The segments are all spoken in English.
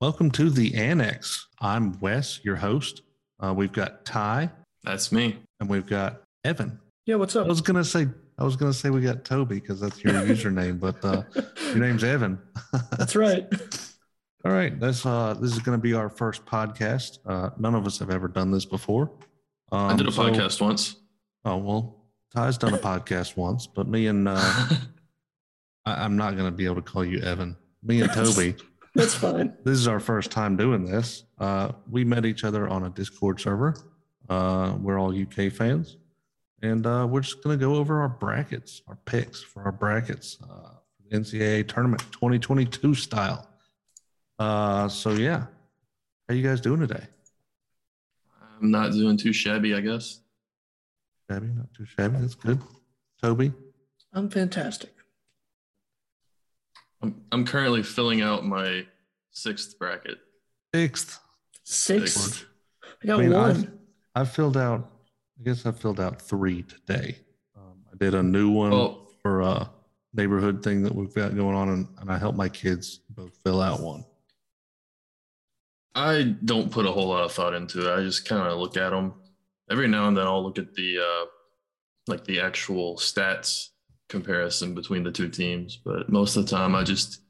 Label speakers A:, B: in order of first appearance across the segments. A: Welcome to the Annex. I'm Wes, your host. Uh, we've got Ty
B: That's me.
A: and we've got Evan.
C: Yeah, what's
A: I
C: up?
A: was gonna say I was gonna say we got Toby because that's your username, but uh, your name's Evan.
C: That's right.
A: All right, that's uh, this is gonna be our first podcast. Uh, none of us have ever done this before. Um,
B: I did a
A: so-
B: podcast once.
A: Oh well, Ty's done a podcast once, but me and uh, I, I'm not gonna be able to call you Evan. Me and Toby.
C: That's fine.
A: this is our first time doing this. Uh, we met each other on a Discord server. Uh, we're all UK fans, and uh, we're just going to go over our brackets, our picks for our brackets, uh, for the NCAA tournament 2022 style. Uh, so yeah, how you guys doing today?
B: I'm not doing too shabby, I guess.
A: Shabby, not too shabby. That's good. Toby,
C: I'm fantastic.
B: I'm, I'm currently filling out my sixth bracket.
A: sixth.
C: Sixth. I got
A: I mean,
C: one.
A: I've, I filled out. I guess I filled out three today. Um, I did a new one.
B: Well,
A: for a uh, neighborhood thing that we've got going on, and, and I helped my kids both fill out one.
B: I don't put a whole lot of thought into it. I just kind of look at them. Every now and then I'll look at the uh, like the actual stats comparison between the two teams, but most of the time I just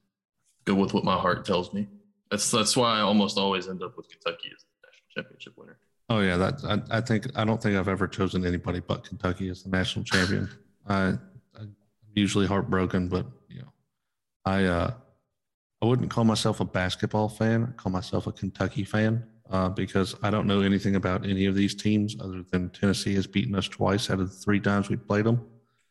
B: go with what my heart tells me. That's that's why I almost always end up with Kentucky as the national championship winner.
A: Oh yeah, that I, I think I don't think I've ever chosen anybody but Kentucky as the national champion. I, I'm usually heartbroken, but you know, I uh, I wouldn't call myself a basketball fan. I call myself a Kentucky fan uh, because I don't know anything about any of these teams other than Tennessee has beaten us twice out of the three times we played them.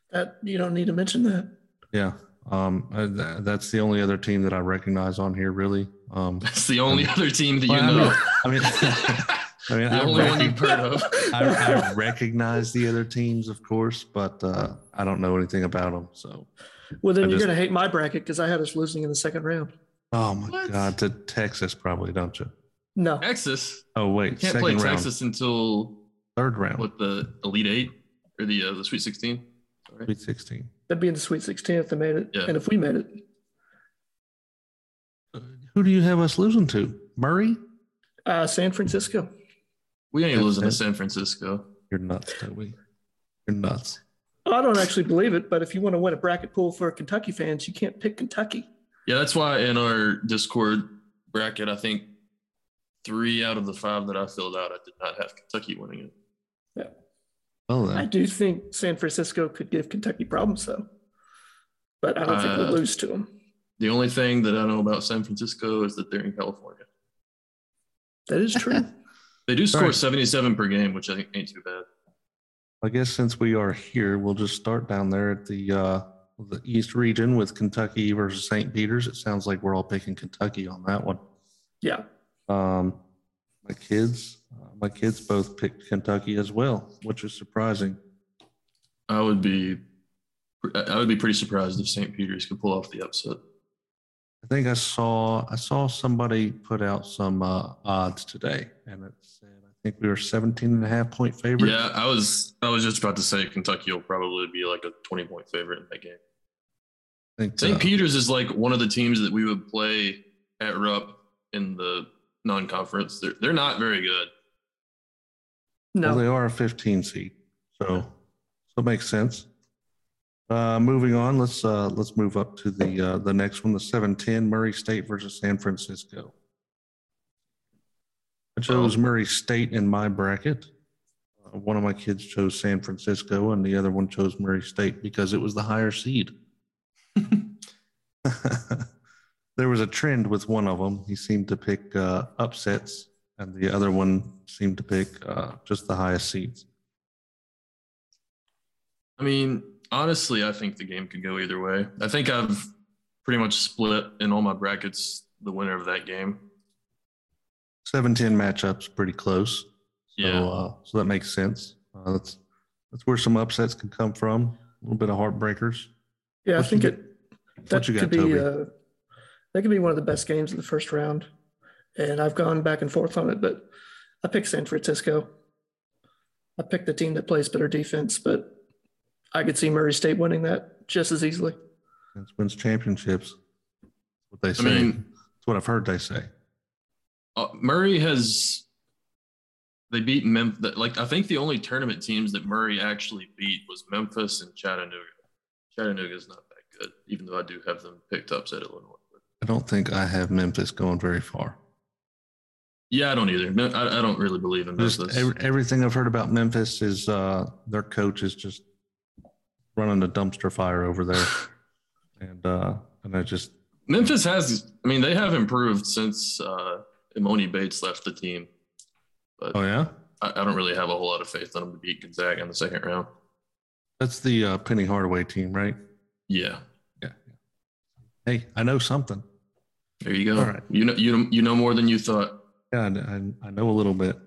C: That you don't need to mention that.
A: Yeah, um, uh, th- that's the only other team that I recognize on here really. Um,
B: That's the only other team that you
A: Well, I
B: know.
A: mean, I mean, I mean,
B: the
A: I,
B: only one
A: recog-
B: you've heard of.
A: I, I recognize the other teams, of course, but uh, I don't know anything about them. So,
C: Well, then
A: I
C: you're
A: just-
C: going to hate my bracket because I had us losing in the second round.
A: oh my
B: What?
A: God, to Texas probably, don't you?
C: No,
B: Texas.
A: Oh
B: You
A: wait,
B: can't
A: second
B: play
A: round,
B: Texas until
A: third round,
B: what the Elite Eight or the uh, the Sweet Sixteen. Sorry.
A: Sweet Sixteen.
C: that'd be in the Sweet 16 if they made it,
B: Yeah.
C: and if we made it,
A: Who do you have us losing to? Murray?
C: uh, San Francisco.
B: We ain't
A: That's
B: losing
A: it.
B: to San Francisco.
A: You're nuts, Toby. You're nuts.
C: I don't actually believe it, but if you want to win a bracket pool for Kentucky fans, you can't pick Kentucky.
B: Yeah, that's why in our Discord bracket, I think three out of the five that I filled out, I did not have Kentucky winning it.
A: Well then,
C: I do think San Francisco could give Kentucky problems, though, but I don't think
B: Uh,
C: we'll lose to them.
B: The only thing that I know about San Francisco is that they're in California.
C: That is true.
B: They do score
A: Right.
B: 77 per game, which I think ain't too bad.
A: I guess since we are here, we'll just start down there at the uh, the East region with Kentucky versus St. Peter's. It sounds like we're all picking Kentucky on that one.
C: yeah.
A: Um, my kids, uh, my kids both picked Kentucky as well, which is surprising.
B: I would be, I would be pretty surprised if St. Peter's could pull off the upset.
A: I think I saw I saw somebody put out some uh, odds today, and it said I think we were 17 and a half point favorite.
B: Yeah, I was, I was just about to say Kentucky will probably be like a 20 point favorite in that game.
A: I think,
B: St.
A: uh,
B: Peter's is like one of the teams that we would play at Rupp in the non-conference. They're they're not very good.
C: No.
A: well, they are a 15 seed, so so it makes sense. Uh, moving on, let's uh, let's move up to the uh, the next one, the 710 Murray State versus San Francisco. I chose Murray State in my bracket. Uh, one of my kids chose San Francisco, and the other one chose Murray State because it was the higher seed. there was a trend with one of them. He seemed to pick uh, upsets, and the other one seemed to pick uh, just the highest seeds.
B: I mean, honestly, I think the game could go either way. I think I've pretty much split in all my brackets the winner of that game.
A: 7 10 matchups pretty close. So,
B: Yeah.
A: uh, so that makes sense. Uh, that's, that's where some upsets can come from, a little bit of heartbreakers.
C: Yeah, I
A: What
C: think
A: you
C: it
A: what
C: that
A: you got,
C: could
A: Toby?
C: be uh, that could be one of the best games of the first round, and I've gone back and forth on it, but I picked San Francisco. I picked the team that plays better defense, but I could see Murray State winning that just as easily.
A: That's wins championships. That's what they
B: I
A: say.
B: mean,
A: that's what I've heard they say.
B: uh, Murray has they beat Memphis. Like I think the only tournament teams that Murray actually beat was Memphis and Chattanooga. Chattanooga's not that good, even though I do have them picked up at Illinois.
A: I don't think I have Memphis going very far.
B: Yeah, I don't either. Me- I, I don't really believe in
A: Just
B: Memphis.
A: ev- everything I've heard about Memphis is uh, their coach is just running a dumpster fire over there, and uh, and I just
B: Memphis has. I mean, they have improved since uh, Imoni Bates left the team.
A: oh yeah,
B: I, I don't really have a whole lot of faith in them to beat Gonzaga in the second round.
A: that's the uh, Penny Hardaway team, right?
B: Yeah,
A: Yeah. Hey, I know something.
B: there you go.
A: All right.
B: You know, you know, you know more than you thought.
A: Yeah, I, kn- I, I know a little bit.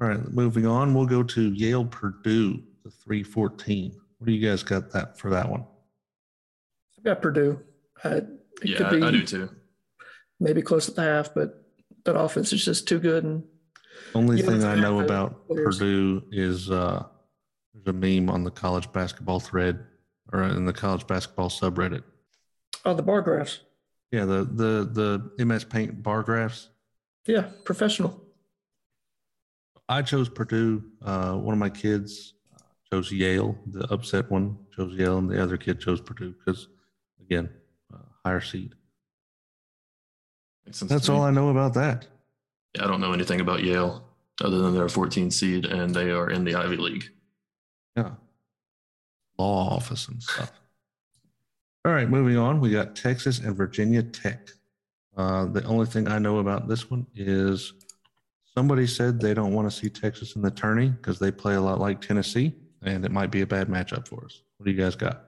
A: All right, moving on. We'll go to Yale Purdue, the three fourteen. What do you guys got that for that one?
C: I've got Purdue. I, it
B: Yeah,
C: could
B: I,
C: be
B: I do too.
C: maybe close at the half, but that offense is just too good. And
A: Only
C: Yeah,
A: thing
C: it's
A: I
C: bad
A: know
C: for
A: about
C: players.
A: Purdue is uh, there's a meme on the college basketball thread or in the college basketball subreddit.
C: oh, the bar graphs.
A: Yeah, the the the MS Paint bar graphs.
C: Yeah, professional.
A: I chose Purdue. Uh, one of my kids uh, chose Yale. The upset one chose Yale, and the other kid chose Purdue because, again, uh, higher seed.
B: Makes sense
A: That's
B: to me.
A: all I know about that.
B: Yeah, I don't know anything about Yale other than they're a 14 seed and they are in the Ivy League.
A: Yeah. Law office and stuff. All right, moving on. We got Texas and Virginia Tech. Uh, the only thing I know about this one is somebody said they don't want to see Texas in the tourney because they play a lot like Tennessee, and it might be a bad matchup for us. What do you guys got?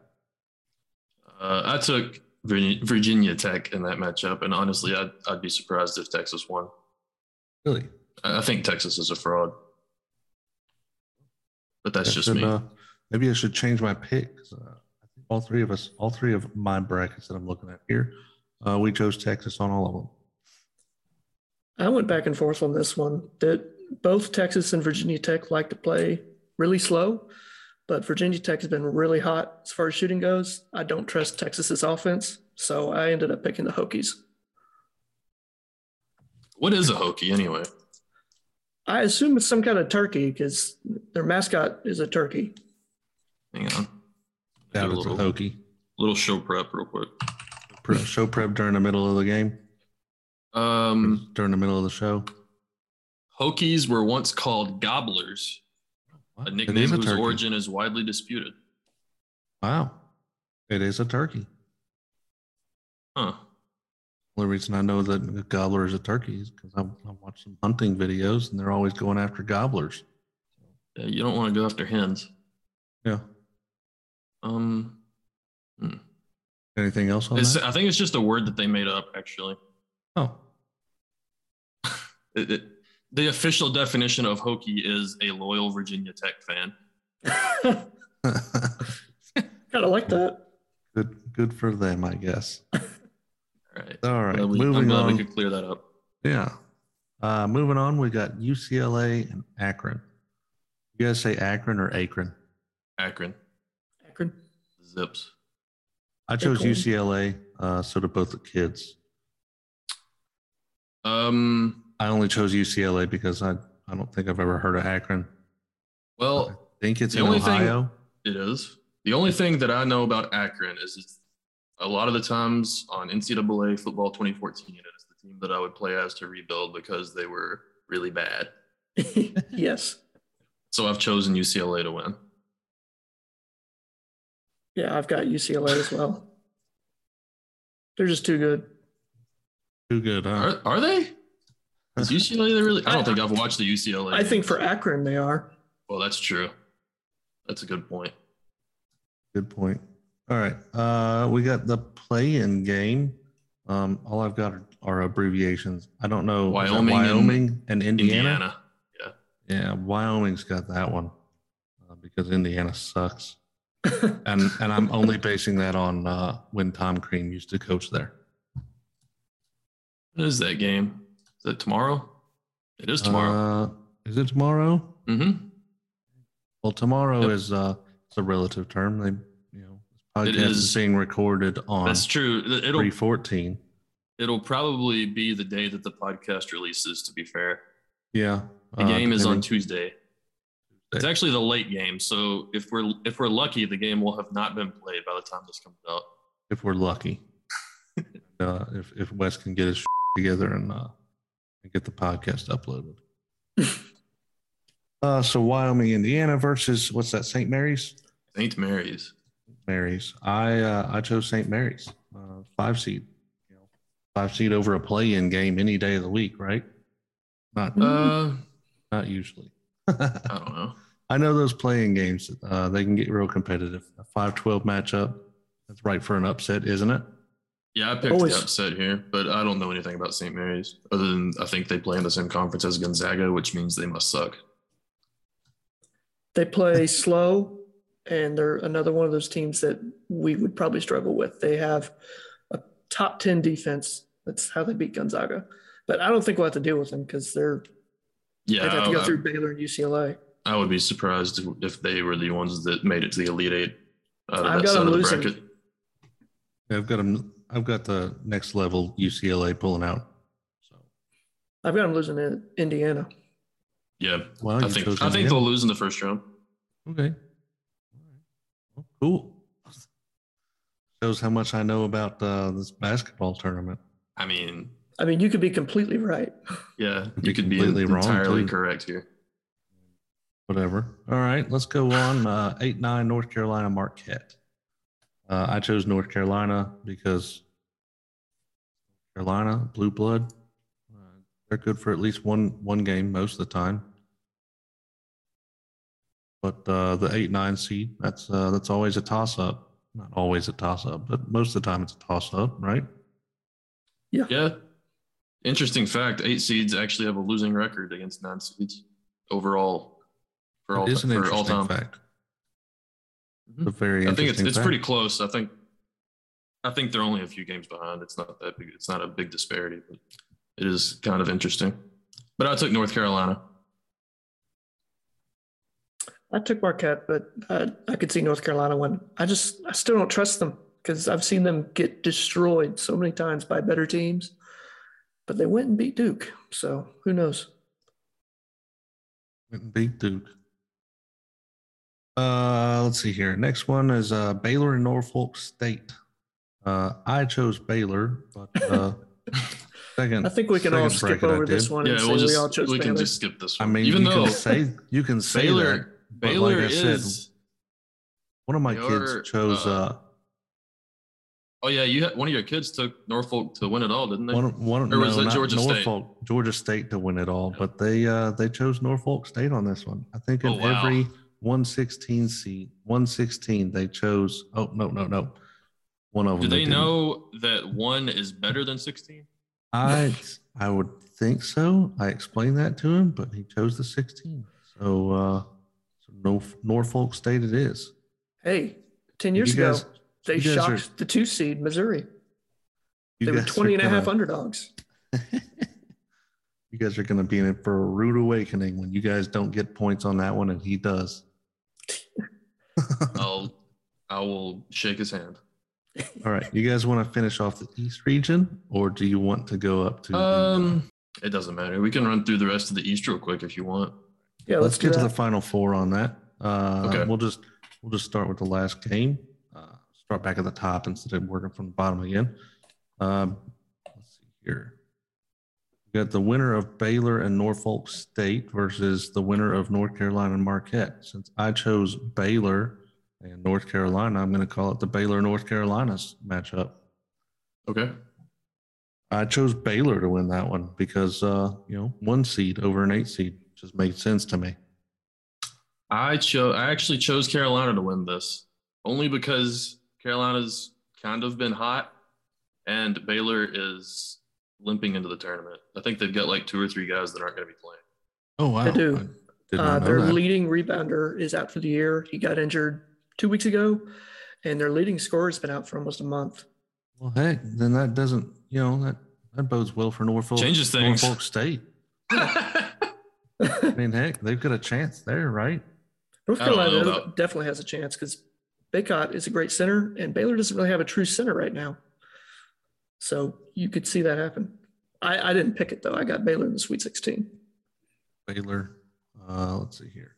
B: Uh, I took Virginia, Virginia Tech in that matchup, and honestly, I'd, I'd be surprised if Texas won.
A: Really?
B: I I think Texas is a fraud, but that's
A: I
B: just
A: should,
B: me.
A: uh, maybe I should change my pick. 'cause, Uh, I think all three of us, all three of my brackets that I'm looking at here, uh, we chose Texas on all of them.
C: I went back and forth on this one that both Texas and Virginia Tech like to play really slow, but Virginia Tech has been really hot as far as shooting goes. I don't trust Texas's offense, so I ended up picking the Hokies.
B: What is a Hokie anyway?
C: I assume it's some kind of turkey because their mascot is a turkey.
B: Hang on.
A: That
B: Do a
A: was a
B: little,
A: hokey.
B: little show prep real quick.
A: Pre- show prep during the middle of the game,
B: Um,
A: during the middle of the show.
B: Hokies were once called gobblers, a
A: It
B: nickname
A: is a
B: whose
A: turkey.
B: origin is widely disputed.
A: Wow. It is a turkey.
B: Huh.
A: The only reason I know that a gobbler is a turkey is because I, I watch some hunting videos and they're always going after gobblers.
B: Yeah, you don't want to go after hens.
A: Yeah.
B: Um,
A: Anything else on
B: it's,
A: that?
B: I think it's just a word that they made up. Actually,
A: Oh,
B: It- it- the official definition of Hokie is a loyal Virginia Tech fan.
C: kind of like that.
A: good, good for them, I guess.
B: All right,
A: All right,
B: Glad we- I'm
A: moving
B: glad
A: on.
B: we could clear that up.
A: Yeah. Uh, moving on, we got UCLA and Akron. You guys say Akron or Akron?
B: Akron
C: Akron.
B: Zips.
A: I chose
C: Akron.
A: UCLA, uh, so did both the kids.
B: Um,
A: I only chose UCLA because I, I don't think I've ever heard of Akron. I
B: well,
A: think it's
B: the
A: in
B: only thing-
A: Ohio.
B: it is. The only thing that I know about Akron is it's a lot of the times on NCAA football 2014, it is the team that I would play as to rebuild because they were really bad.
C: yes.
B: So I've chosen UCLA to win.
C: Yeah, I've got UCLA as well. They're just too good.
A: Too good, huh?
B: Are, are they? Is UCLA they really? I don't think I've watched the UCLA.
C: I think
B: games.
C: for Akron, they are.
B: Well, that's true. That's a good point.
A: Good point. All right. Uh, we got the play in game. Um, all I've got are, are abbreviations. I don't know. is that
B: Wyoming and-
A: Wyoming and,
B: Indiana.
A: Indiana. Yeah, Wyoming's got that one uh, because Indiana sucks. and and I'm only basing that on uh, when Tom Crean used to coach there.
B: What is that game? Is that tomorrow? It is tomorrow.
A: Uh, is it tomorrow?
B: mm-hmm.
A: Well, tomorrow
B: Yep.
A: is uh, it's a relative term. They you know this
B: It
A: podcast is.
B: is.
A: being recorded on
B: That's true. It- It'll
A: three fourteen.
B: It'll probably be the day that the podcast releases. To be fair,
A: Yeah.
B: the
A: uh,
B: game is
A: depending-
B: on Tuesday. It's actually the late game, so if we're if we're lucky, the game will have not been played by the time this comes out.
A: if we're lucky. uh, if if Wes can get his together and uh, and get the podcast uploaded. uh, so Wyoming, Indiana versus what's that? St. Mary's.
B: Saint Mary's.
A: Mary's. I uh, I chose St. Mary's, uh, five seed, you know, five seed over a play-in game any day of the week, right? Not
B: Uh,
A: not usually.
B: I don't know.
A: I know those play-in games. Uh, they can get real competitive. A 5-12 matchup. That's right for an upset, isn't it?
B: Yeah, I picked
C: Always-
B: the upset here, but I don't know anything about St. Mary's other than I think they play in the same conference as Gonzaga, which means they must suck.
C: They play slow, and they're another one of those teams that we would probably struggle with. They have a top 10 defense. That's how they beat Gonzaga. But I don't think we'll have to deal with them because they're
B: Yeah,
C: they'd have to
B: I,
C: go through Baylor and UCLA.
B: I would be surprised if they were the ones that made it to the Elite Eight out of
C: I've
B: that
C: got
B: side
C: them
B: of the
C: losing.
B: bracket.
A: Yeah, I've got 'em- I've got the next level UCLA pulling out. So
C: I've got them losing in Indiana.
B: Yeah,
A: wow,
B: I
A: you
B: think
A: chose
B: I think
A: Indiana.
B: they'll lose in the first round.
A: Okay. All right. Well, cool. Shows how much I know about uh, this basketball tournament.
B: I mean,
C: I mean, you could be completely right.
B: yeah,
A: Could be
B: you could be
A: completely wrong,
B: entirely
A: too.
B: correct here.
A: Whatever. All right, let's go on. Uh, eight nine North Carolina Marquette. Uh, I chose North Carolina because Carolina blue blood. Uh, they're good for at least one one game most of the time. But uh, the eight nine seed that's uh, that's always a toss up. Not always a toss up, but most of the time it's a toss up, right?
B: Yeah, interesting fact: eight seeds actually have a losing record against nine seeds overall for all
A: It is an
B: for all
A: interesting
B: time.
A: fact.
B: Mhm.
A: It's a very
B: I think it's,
A: interesting
B: it's pretty
A: fact.
B: close. I think I think they're only a few games behind. It's not that big. It's not a big disparity, but it is kind of interesting. But I took North Carolina.
C: I took Marquette, but uh, I could see North Carolina win. I just, I still don't trust them because I've seen them get destroyed so many times by better teams, but they went and beat Duke. So who knows?
A: Big Duke. Uh, let's see here. Next one is uh, Baylor and Norfolk State. Uh, I chose Baylor, but uh, second.
C: I think we can
A: second
C: all skip
A: bracket I
C: over this
A: did.
C: one
B: Yeah,
C: and say
B: we'll
C: we all
B: just we,
C: chose Baylor.
B: can just skip this
A: I
B: one.
A: mean,
B: even
A: you
B: though
A: can say you can say
B: Baylor
A: that. but
B: Baylor
A: like I said,
B: is
A: one of my
B: your,
A: kids chose
B: uh,
A: uh,
B: oh yeah, you had, one of your kids took Norfolk to win it all, didn't they?
A: one of- one of-
B: or was
A: no,
B: it
A: not
B: Georgia State?
A: Norfolk, Georgia State to win it all, but they uh, they chose Norfolk State on this one. I think in
B: Oh, wow.
A: every 116 seat, 116 they chose. Oh no no no, one of
B: Do
A: them.
B: they
A: didn't.
B: know that one is better than sixteen?
A: I I would think so. I explained that to him, but he chose the 16. So, uh, so Norf- Norfolk State it is.
C: hey, 10 years
A: You guys-
C: ago, they
A: you guys
C: shocked
A: are-
C: the two seed, Missouri.
A: you
C: They were
A: guys are
C: 20 and a half
A: gonna-
C: underdogs.
A: you guys are going to be in it for a rude awakening when you guys don't get points on that one and he does.
B: I'll I will shake his hand.
A: All right. You guys want to finish off the East region or do you want to go up to? the, uh,
B: Um, it doesn't matter. We can run through the rest of the East real quick if you want.
C: Yeah,
A: let's,
C: let's, do
A: get to
C: that.
A: the final four on that. Uh,
B: Okay.
A: We'll just we'll just start with the last game. Uh, start back at the top instead of working from the bottom again. Um, let's see here. We got the winner of Baylor and Norfolk State versus the winner of North Carolina and Marquette. Since I chose Baylor and North Carolina, I'm going to call it the Baylor North Carolina's matchup.
B: Okay.
A: I chose Baylor to win that one because uh, you know one seed over an eight seed just made sense to me.
B: I chose. I actually chose Carolina to win this, only because Carolina's kind of been hot, and Baylor is limping into the tournament. I think they've got like two or three guys that aren't going to be playing.
A: Oh wow!
C: They do.
A: did not
C: Uh,
A: know
C: their
A: that.
C: leading rebounder is out for the year. He got injured two weeks ago, and their leading scorer has been out for almost a month.
A: Well, heck, then that doesn't, you know, that, that bodes well for Norfolk.
B: Changes things.
A: Norfolk State. I
C: North
A: mean, heck, they've got a chance there, right?
B: I don't know
C: Carolina
B: about-
C: definitely has a chance because Baycott is a great center, and Baylor doesn't really have a true center right now. So you could see that happen. I, I didn't pick it though. I got Baylor in the Sweet 16.
A: Baylor. Uh, let's see here.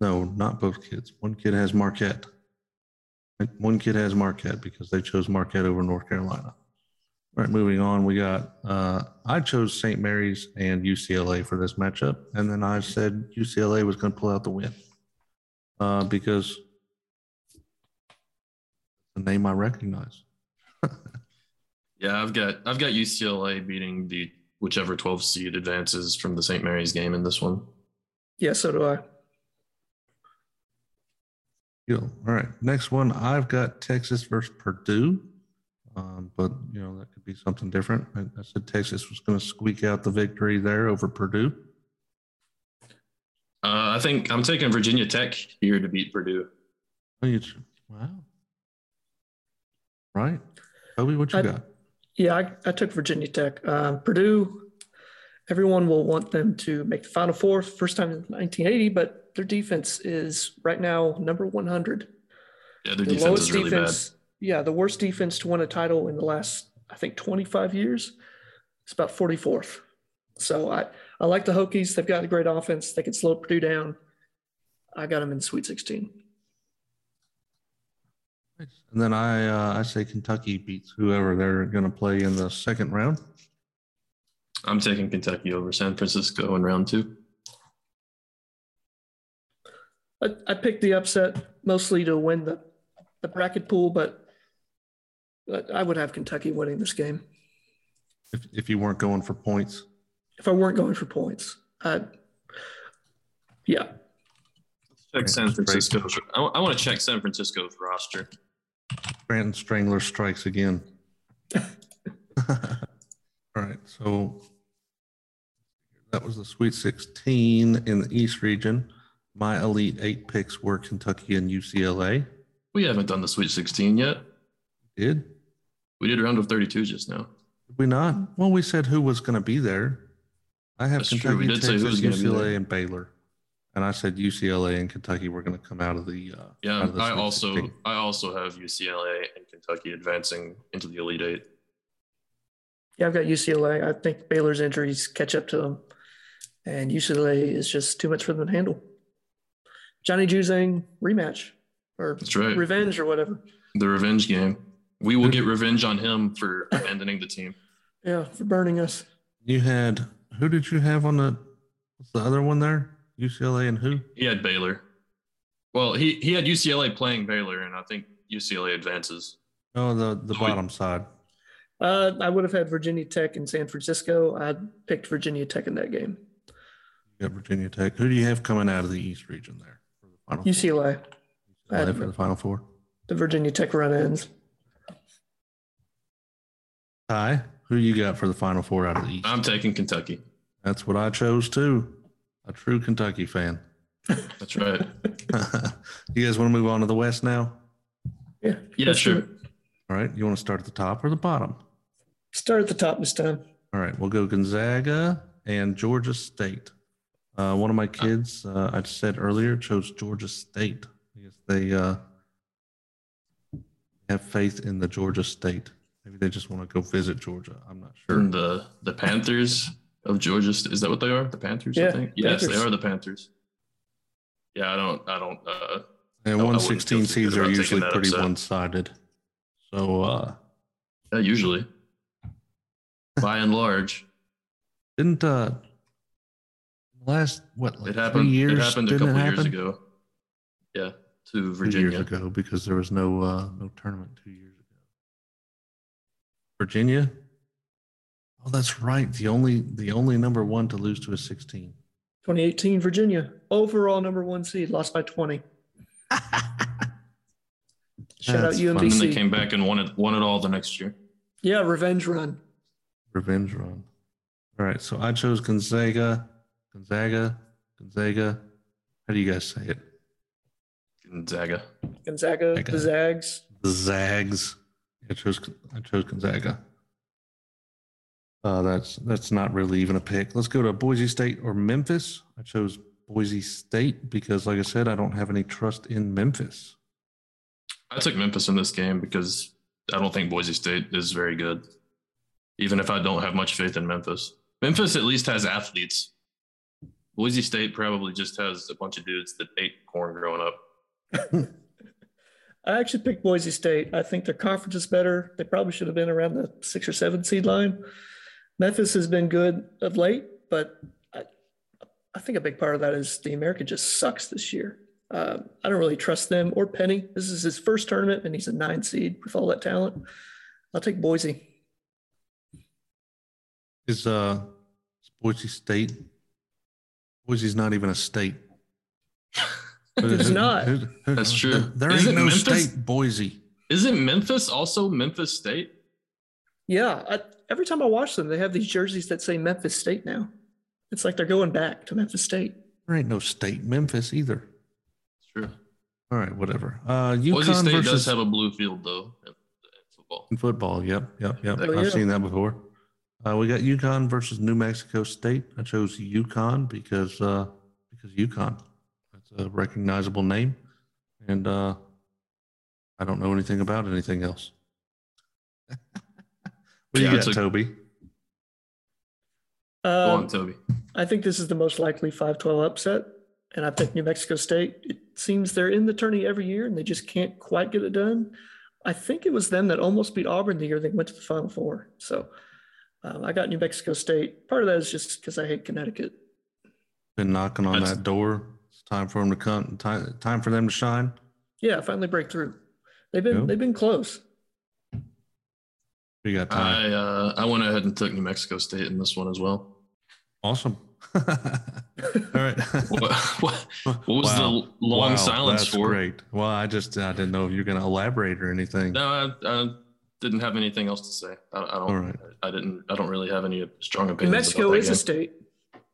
A: No, not both kids. One kid has Marquette. Like, One kid has Marquette because they chose Marquette over North Carolina. All right, moving on. We got, uh, I chose St. Mary's and UCLA for this matchup. And then I said UCLA was going to pull out the win uh, because the name I recognize.
B: Yeah, I've got I've got UCLA beating the whichever 12 seed advances from the St. Mary's game in this one.
C: Yeah, so do I.
A: Yo, all right. Next one, I've got Texas versus Purdue, um, but you know that could be something different. I, I said Texas was going to squeak out the victory there over Purdue.
B: Uh, I think I'm taking Virginia Tech here to beat Purdue.
A: Oh, you- Wow. Right, Toby, what you
C: I-
A: got?
C: Yeah, I, I took Virginia Tech. Um, Purdue, everyone will want them to make the Final Four, first time in 1980, but their defense is right now number 100.
B: Yeah, their
C: The
B: defense is really
C: defense, yeah, the worst defense to win a title in the last, I think, 25 years. It's about 44th. So I, I like the Hokies. They've got a great offense. They can slow Purdue down. I got them in Sweet 16.
A: And then I, uh, I say Kentucky beats whoever they're going to play in the second round.
B: bad. I'm taking Kentucky over San Francisco in round two.
C: I, I picked the upset mostly to win the, the bracket pool, but but I would have Kentucky winning this game
A: If if you weren't going for points,
C: if I weren't going for points. I, yeah,
B: Check San
A: That's great.
B: Francisco's. I, want to check San Francisco's roster.
A: Brandon Strangler strikes again. All right, so that was the Sweet 16 in the East region. My Elite Eight picks were Kentucky and UCLA.
B: We haven't done the Sweet 16 yet.
A: Did
B: We did round of 32 just now.
A: we not? Well, we said who was going to be there. I have
B: That's true, we
A: Kentucky,
B: did say who
A: Texas,
B: was gonna be there.
A: UCLA, and Baylor. And I said UCLA and Kentucky were going to come out of the. Uh, out
B: Yeah,
A: of the
B: I
A: Sweet
B: also
A: 16.
B: I also have UCLA and Kentucky advancing into the Elite Eight.
C: yeah, I've got UCLA. I think Baylor's injuries catch up to them, and UCLA is just too much for them to handle. Johnny Juzang rematch or
B: That's right.
C: revenge or whatever.
B: the revenge game. We will get revenge on him for abandoning the team.
C: Yeah, for burning us.
A: You had who did you have on the what's the other one there? UCLA and who?
B: He had Baylor. Well, he, he had UCLA playing Baylor, and I think UCLA advances.
A: Oh, the the
B: Oh,
A: bottom side.
C: Uh, I would have had Virginia Tech and San Francisco. I picked Virginia Tech in that game.
A: You got Virginia Tech. Who do you have coming out of the East region there? For the final
C: UCLA,
A: four? UCLA for the final four.
C: the Virginia Tech run ins.
A: Ty, who you got for the final four out of the East?
B: I'm taking Kentucky.
A: That's what I chose too. A true Kentucky fan.
B: That's right.
A: you guys want to move on to the West now?
C: Yeah.
B: Yeah,
C: let's do
B: sure.
C: it.
A: All right. You want to start at the top or the bottom?
C: Start at the top this time.
A: All right, we'll go Gonzaga and Georgia State. Uh, one of my kids, uh, I said earlier, chose Georgia State. I guess they uh, have faith in the Georgia State. Maybe they just want to go visit Georgia. I'm not sure.
B: And the the Panthers of Georgia. St- Is that what they are? The Panthers? I
C: Yeah,
B: think? Yes, they
C: Panthers.
B: are the Panthers. Yeah, I don't. I don't. Uh,
A: And
B: No, I wouldn't
A: 116
B: feel too good
A: seeds are
B: about taking
A: usually
B: that
A: pretty
B: upset.
A: one sided. So uh,
B: yeah, usually, by and large,
A: didn't uh, last what like
B: it
A: three
B: happened.
A: years?
B: it happened a
A: didn't it
B: couple years
A: happen?
B: ago. Yeah, to
A: two
B: Virginia.
A: years ago because there was no uh, no tournament two years ago. Virginia. Oh, that's right. The only the only number one to lose to a sixteen.
C: 2018 Virginia, overall number one seed, lost by 20. Shout
A: That's
C: out
A: funny.
B: And then they
C: UMBC.
B: came back and won it, won it all the next year.
C: yeah, revenge run.
A: Revenge run. All right, so I chose Gonzaga, Gonzaga, Gonzaga. How do you guys say it?
B: Gonzaga.
C: Gonzaga,
A: I got
C: the
A: it.
C: Zags.
A: The Zags. I chose I chose Gonzaga. Uh, that's that's not really even a pick. Let's go to Boise State or Memphis. I chose Boise State because, like I said, I don't have any trust in Memphis.
B: I took Memphis in this game because I don't think Boise State is very good, even if I don't have much faith in Memphis. Memphis at least has athletes. Boise State probably just has a bunch of dudes that ate corn growing up.
C: I actually picked Boise State. I think their conference is better. They probably should have been around the six or seven seed line. Memphis has been good of late, but I, I think a big part of that is the American just sucks this year. Uh, I don't really trust them or Penny. This is his first tournament, and he's a nine seed with all that talent. I'll take Boise.
A: Is uh is Boise State? Boise's not even a state.
C: It's not.
B: That's true.
A: There
B: Is
A: ain't
B: it
A: no
B: Memphis?
A: state Boise.
B: Isn't Memphis also Memphis State?
C: Yeah, I, every time I watch them, they have these jerseys that say Memphis State now. It's like they're going back to Memphis State.
A: There ain't no state Memphis either.
B: It's true.
A: All right, whatever. Uh,
B: Boise
A: UConn
B: State
A: versus
B: does have a blue field though in football.
A: in football. Yep, yep, yep.
B: Oh,
A: I've
C: yeah.
A: seen that before. Uh, we got UConn versus New Mexico State. I chose UConn because uh, because UConn. That's a recognizable name, and uh, I don't know anything about anything else. what do
B: Yeah,
A: you
B: it's
A: got,
B: a-
A: Toby? Uh,
B: Go
C: Um,
B: on, Toby.
C: I think this is the most likely 5 12 upset, and I picked New Mexico State. It seems they're in the tourney every year and they just can't quite get it done. I think it was them that almost beat Auburn the year they went to the Final Four. So um, I got New Mexico State. Part of that is just because I hate Connecticut.
A: Been knocking on
B: That's-
A: that door. It's time for them to come. Time, time for them to shine.
C: Yeah, finally break through. They've been
A: Yeah.
C: they've been close.
A: We got time.
B: I uh, I went ahead and took New Mexico State in this one as well.
A: Awesome. All right.
B: What, what, what was the long
A: Wow,
B: silence
A: that's
B: for?
A: Great. Well, I just I didn't know if you're going to elaborate or anything.
B: No, I, I didn't have anything else to say. I, I don't.
A: All right.
B: I didn't. I don't really have any strong
C: New
B: opinions.
C: Mexico
B: about that
C: is a
B: game.
C: state.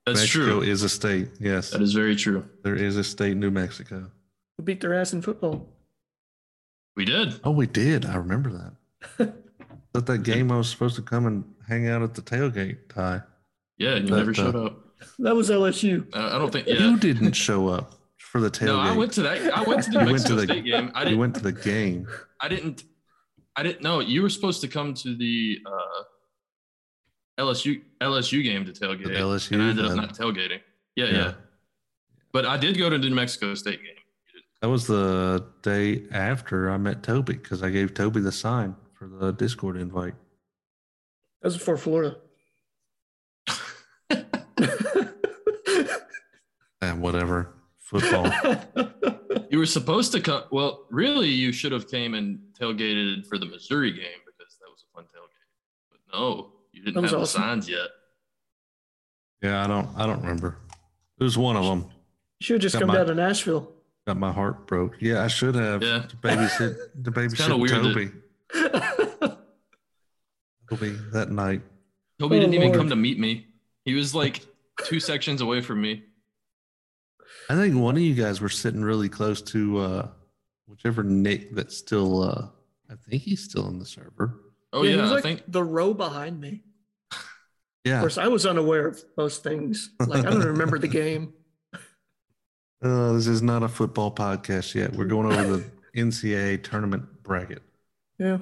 B: That's
A: Mexico
B: true.
A: is a state. Yes,
B: that is very true.
A: there is a state, New Mexico.
C: who beat their ass in football.
B: We did.
A: Oh, we did. I remember that. That that game I was supposed to come and hang out at the tailgate. Ty,
B: Yeah, and you
A: But,
B: never
A: uh,
B: showed up.
C: That was LSU.
B: I, I don't think.
A: you
B: Yeah.
A: didn't show up for the tailgate.
B: No, I went to that. I went to the
A: You
B: New
A: went to
B: Mexico
A: the-
B: State game. I
A: you
B: didn't.
A: went to the game.
B: I didn't. I didn't know you were supposed to come to the uh, LSU LSU game to
A: The
B: tailgate,
A: LSU.
B: and I ended up
A: and-
B: not tailgating. Yeah, yeah,
A: yeah.
B: But I did go to the New Mexico State game.
A: That was the day after I met Toby because I gave Toby the sign for the Discord invite.
C: That was before Florida.
A: And whatever football.
B: You were supposed to come. Well, really, you should have came and tailgated for the Missouri game because that was a fun tailgate. But no, you
C: That
B: didn't
C: was
B: have
C: awesome.
B: the signs yet.
A: yeah, I don't. I don't remember. It was one of them.
C: Should have just
A: Got
C: come
A: my-
C: down to Nashville.
A: Got my heart broke. Yeah, I should have.
B: Yeah.
A: To babysit. To babysit
B: kinda weird that-
A: Toby.
B: Oh,
A: Toby that night.
B: Toby
C: Oh,
B: didn't even
C: Lord.
B: come to meet me. He was like two sections away from me.
A: I think one of you guys were sitting really close to uh, whichever Nick that's still. Uh, I think he's still in the server.
B: Oh
C: he
B: yeah,
C: was
B: I
C: like
B: think
C: the row behind me. Of
A: Yeah.
C: course, I was unaware of most things. Like I don't remember the game.
A: Uh, this is not a football podcast yet. We're going over the NCAA tournament bracket.
C: Yeah,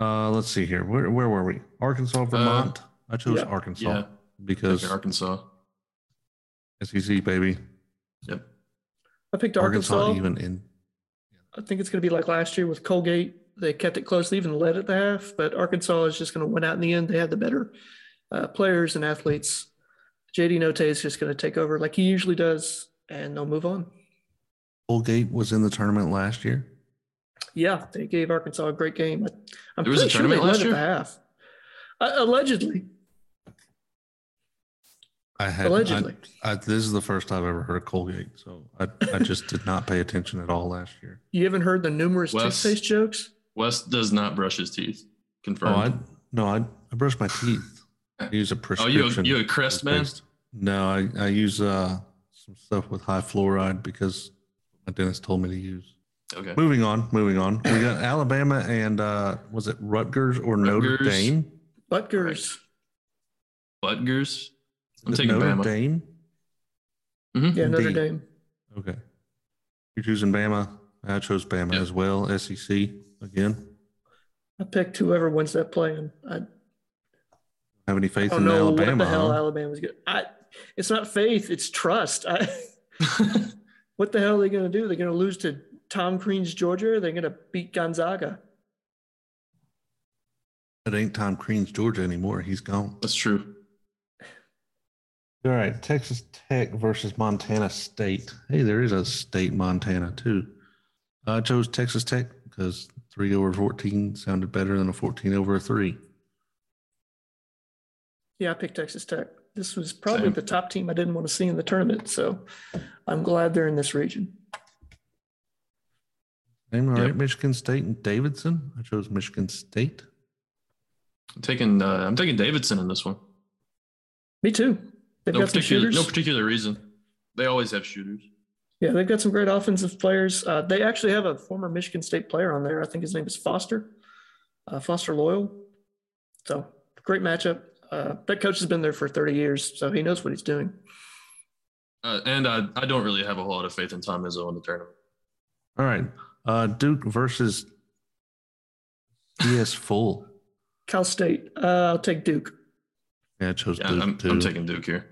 A: Uh, let's see here. Where where were we? Arkansas, Vermont. I chose
C: yeah.
A: Arkansas
B: Uh, yeah,
A: because
B: like Arkansas.
A: SEC baby.
C: I picked Arkansas.
A: even in.
C: I think it's going to be like last year with Colgate. They kept it close, they even led at the half, but Arkansas is just going to win out in the end. They had the better uh, players and athletes. JD Note is just going to take over like he usually does, and they'll move on.
A: Colgate was in the tournament last year.
C: Yeah, they gave Arkansas a great game. I- I'm
B: There was a
C: pretty sure they
B: tournament
C: led
B: last
C: at
B: year?
C: the half. Uh, allegedly,
A: I had I-
C: allegedly.
A: I, this is the first time I've ever heard of Colgate, so I, I just did not pay attention at all last year.
C: you haven't heard the numerous
B: Wes-
C: toothpaste jokes?
B: West does not brush his teeth.
A: Oh, I
B: Confirmed.
A: no, I I brush my teeth. I use a
B: Oh,
A: prescription.
B: you a, you a Crest man?
A: toothpaste. No, I I use uh some stuff with high fluoride because my dentist told me to use.
B: Okay.
A: Moving on, moving on. We got Alabama and uh was it Rutgers or Notre
B: Rutgers.
A: Dame?
C: Butgers.
B: Butgers. I'm
A: Is it
B: taking
A: Notre
B: Bama.
A: Dame.
B: Mhm.
C: Yeah, Notre
A: Indeed.
C: Dame.
A: Okay. You're choosing Bama. I chose Bama
B: Yeah.
A: as well. SEC E again.
C: I picked whoever wins that play-in. I
A: Have any faith
C: don't
A: in
C: know
A: Alabama?
C: Oh, what the hell
A: huh?
C: Alabama's going. I it's not faith, it's trust. I, what the hell are they going to do? They're going to lose to Tom Crean's Georgia. Or they're going to beat Gonzaga.
A: It ain't Tom Crean's Georgia anymore. He's gone.
B: That's true.
A: All right, Texas Tech versus Montana State. Hey, there is a state Montana too. I chose Texas Tech because three over fourteen sounded better than a fourteen over a three.
C: Yeah, I picked Texas Tech. This was probably
B: Same.
C: the top team I didn't want to see in the tournament. So I'm glad they're in this region.
A: Name all right,
B: Yep.
A: Michigan State and Davidson. I chose Michigan State.
B: I'm taking uh, I'm taking Davidson in this one.
C: Me too. They've
B: No
C: got some
B: particular
C: shooters.
B: no particular reason. They always have shooters.
C: Yeah, they've got some great offensive players. Uh, they actually have a former Michigan State player on there. I think his name is Foster, uh, Foster Loyal. So great matchup. Uh, that coach has been there for 30 years, so he knows what he's doing.
B: Uh, and I, I don't really have a whole lot of faith in Tom Izzo in the tournament.
A: All right, uh, Duke versus CS Full.
C: Cal State. Uh, I'll take Duke.
A: Yeah, I chose
B: Yeah,
A: Duke
B: I'm,
A: too.
B: I'm taking Duke here.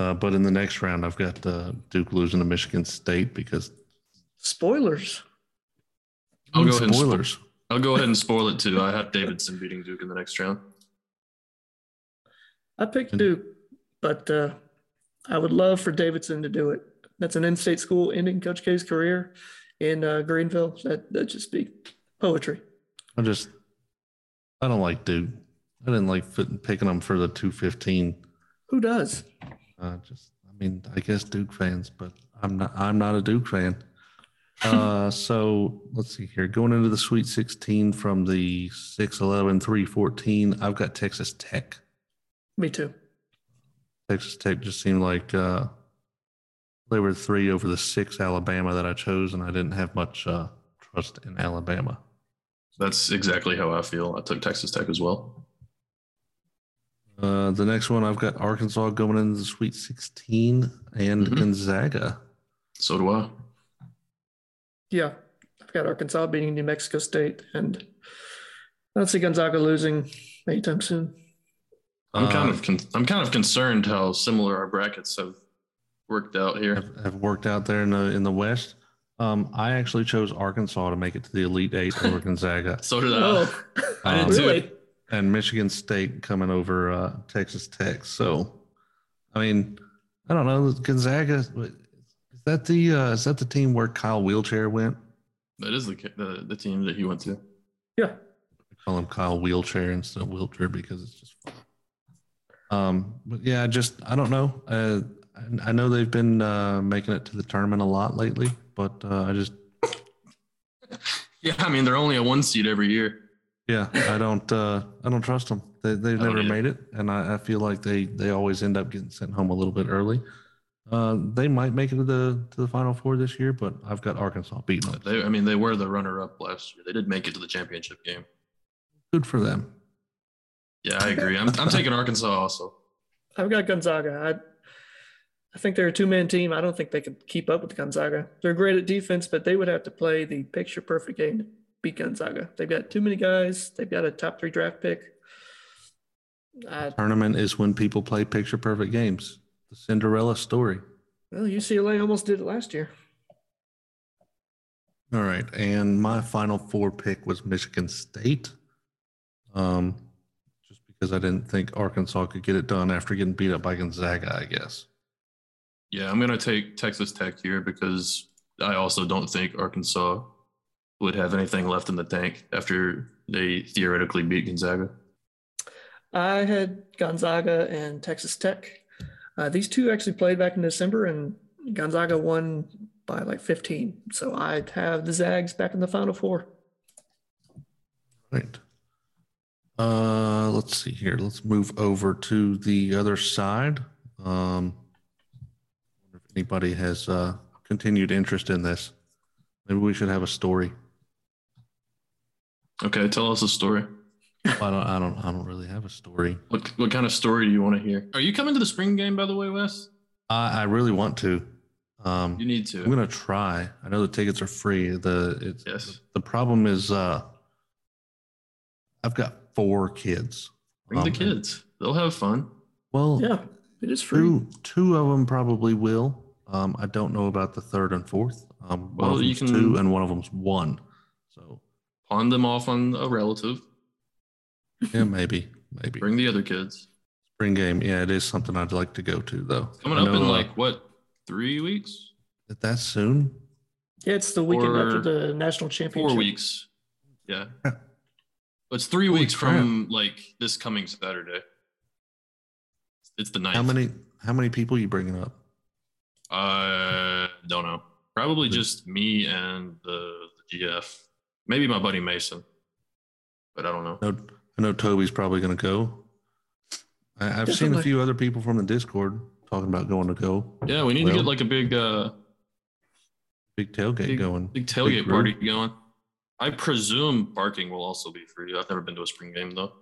A: uh, but in the next round, I've got uh, Duke losing to Michigan State because
C: Spoilers.
B: I'll go ahead and spo-
A: spoilers.
B: I'll go ahead and spoil it too. I have Davidson beating Duke in the next round.
C: I picked
A: And-
C: Duke, but uh, I would love for Davidson to do it. That's an in-state school ending Coach K's career in uh, Greenville. That that just be poetry.
A: I just, I don't like Duke. I didn't like fit, picking them for the 215.
C: Who does?
A: Uh, just, I mean, I guess Duke fans, but I'm not, I'm not a Duke fan. Uh, so let's see here. Going into the Sweet 16 from the 6 11, 3 14, I've got Texas Tech.
C: Me too.
A: Texas Tech just seemed like uh, they were three over the six Alabama that I chose, and I didn't have much uh, trust in Alabama.
B: That's exactly how I feel. I took Texas Tech as well.
A: Uh, the next one I've got Arkansas going into the Sweet 16 and
B: Mhm.
A: Gonzaga.
B: So do I.
C: Yeah, I've got Arkansas beating New Mexico State, and I don't see Gonzaga losing anytime soon.
B: I'm
A: Uh,
B: kind of con- I'm kind of concerned how similar our brackets have worked out here.
A: have, have worked out there in the in the West. Um, I actually chose Arkansas to make it to the Elite Eight over Gonzaga,
B: So did I.
C: Oh,
B: I
A: Um,
B: did too.
C: really?
A: and Michigan State coming over uh, Texas Tech. So, I mean, I don't know Gonzaga. Is that the uh, is that the team where Kyle Wheelchair went?
B: That is the, ca- the the team that he went to.
C: Yeah.
A: I call him Kyle Wheelchair instead of Wheelchair because it's just. Um, but yeah, I just I don't know. Uh, I, I know they've been uh, making it to the tournament a lot lately, but uh, I just
B: Yeah, I mean they're only a one seed every year.
A: yeah I don't uh, I don't trust them. They, they've
B: I don't
A: never
B: either.
A: made it, and I, I feel like they they always end up getting sent home a little bit early. Uh, they might make it to the to the final four this year, but I've got Arkansas beating them.
B: They I mean they were the runner up last year. They did make it to the championship game.
A: Good for them.
B: Yeah, I agree. I'm I'm taking Arkansas also.
C: I've got Gonzaga. I, I think they're a two man team. I don't think they could keep up with Gonzaga. They're great at defense, but they would have to play the picture perfect game to beat Gonzaga. They've got too many guys. They've got a top three draft pick. I,
A: Tournament is when people play picture perfect games. The Cinderella story.
C: well, UCLA almost did it last year.
A: All right, and my final four pick was Michigan State, um, just because I didn't think Arkansas could get it done after getting beat up by Gonzaga. I guess.
B: Yeah, I'm gonna take Texas Tech here because I also don't think Arkansas would have anything left in the tank after they theoretically beat Gonzaga.
C: I had Gonzaga and Texas Tech. Uh, these two actually played back in December, and Gonzaga won by like 15. So I have the Zags back in the Final Four.
A: Right. Uh, let's see here. Let's move over to the other side. Um, wonder if anybody has uh, continued interest in this. Maybe we should have a story.
B: Okay, tell us a story.
A: I don't. I don't. I don't really have a story.
B: What what kind of story do you want to hear? Are you coming to the spring game by the way, Wes?
A: I, I really want to. Um,
B: You need
A: I'm
B: to.
A: gonna try. I know the tickets are free. The it's
B: Yes.
A: the problem is uh I've got four kids.
B: Bring the
A: Um,
B: kids. They'll have fun.
A: Well,
C: Yeah, it is free.
A: two two of them probably will. Um, I don't know about the third and fourth. Um, one
B: Well,
A: of
B: you
A: them's
B: can-
A: two and one of them's one. So
B: Pawn them off on a relative.
A: yeah, maybe, maybe
B: Bring the other kids.
A: spring game. Yeah, it is something I'd like to go to though.
B: Coming
A: I
B: up in
A: know, uh,
B: like what three weeks?
A: that soon.
C: Yeah, it's the weekend
B: Or-
C: after the national championship.
B: Four weeks. Yeah.
A: Yeah.
B: It's three
A: Holy
B: weeks from like this coming Saturday. It's the ninth.
A: How many how many people you bringing up?
B: Uh, don't know. Probably just me and the, the GF. Maybe my buddy Mason, but I don't know.
A: No, I know Toby's probably going to go. I, I've seen a
C: Definitely.
A: few other people from the Discord talking about going to go.
B: Yeah, we need to
A: Well.
B: get like a big uh
A: Big tailgate
B: Big-
A: going.
B: big tailgate
A: group.
B: party going. I presume parking will also be free. I've never been to a spring game though.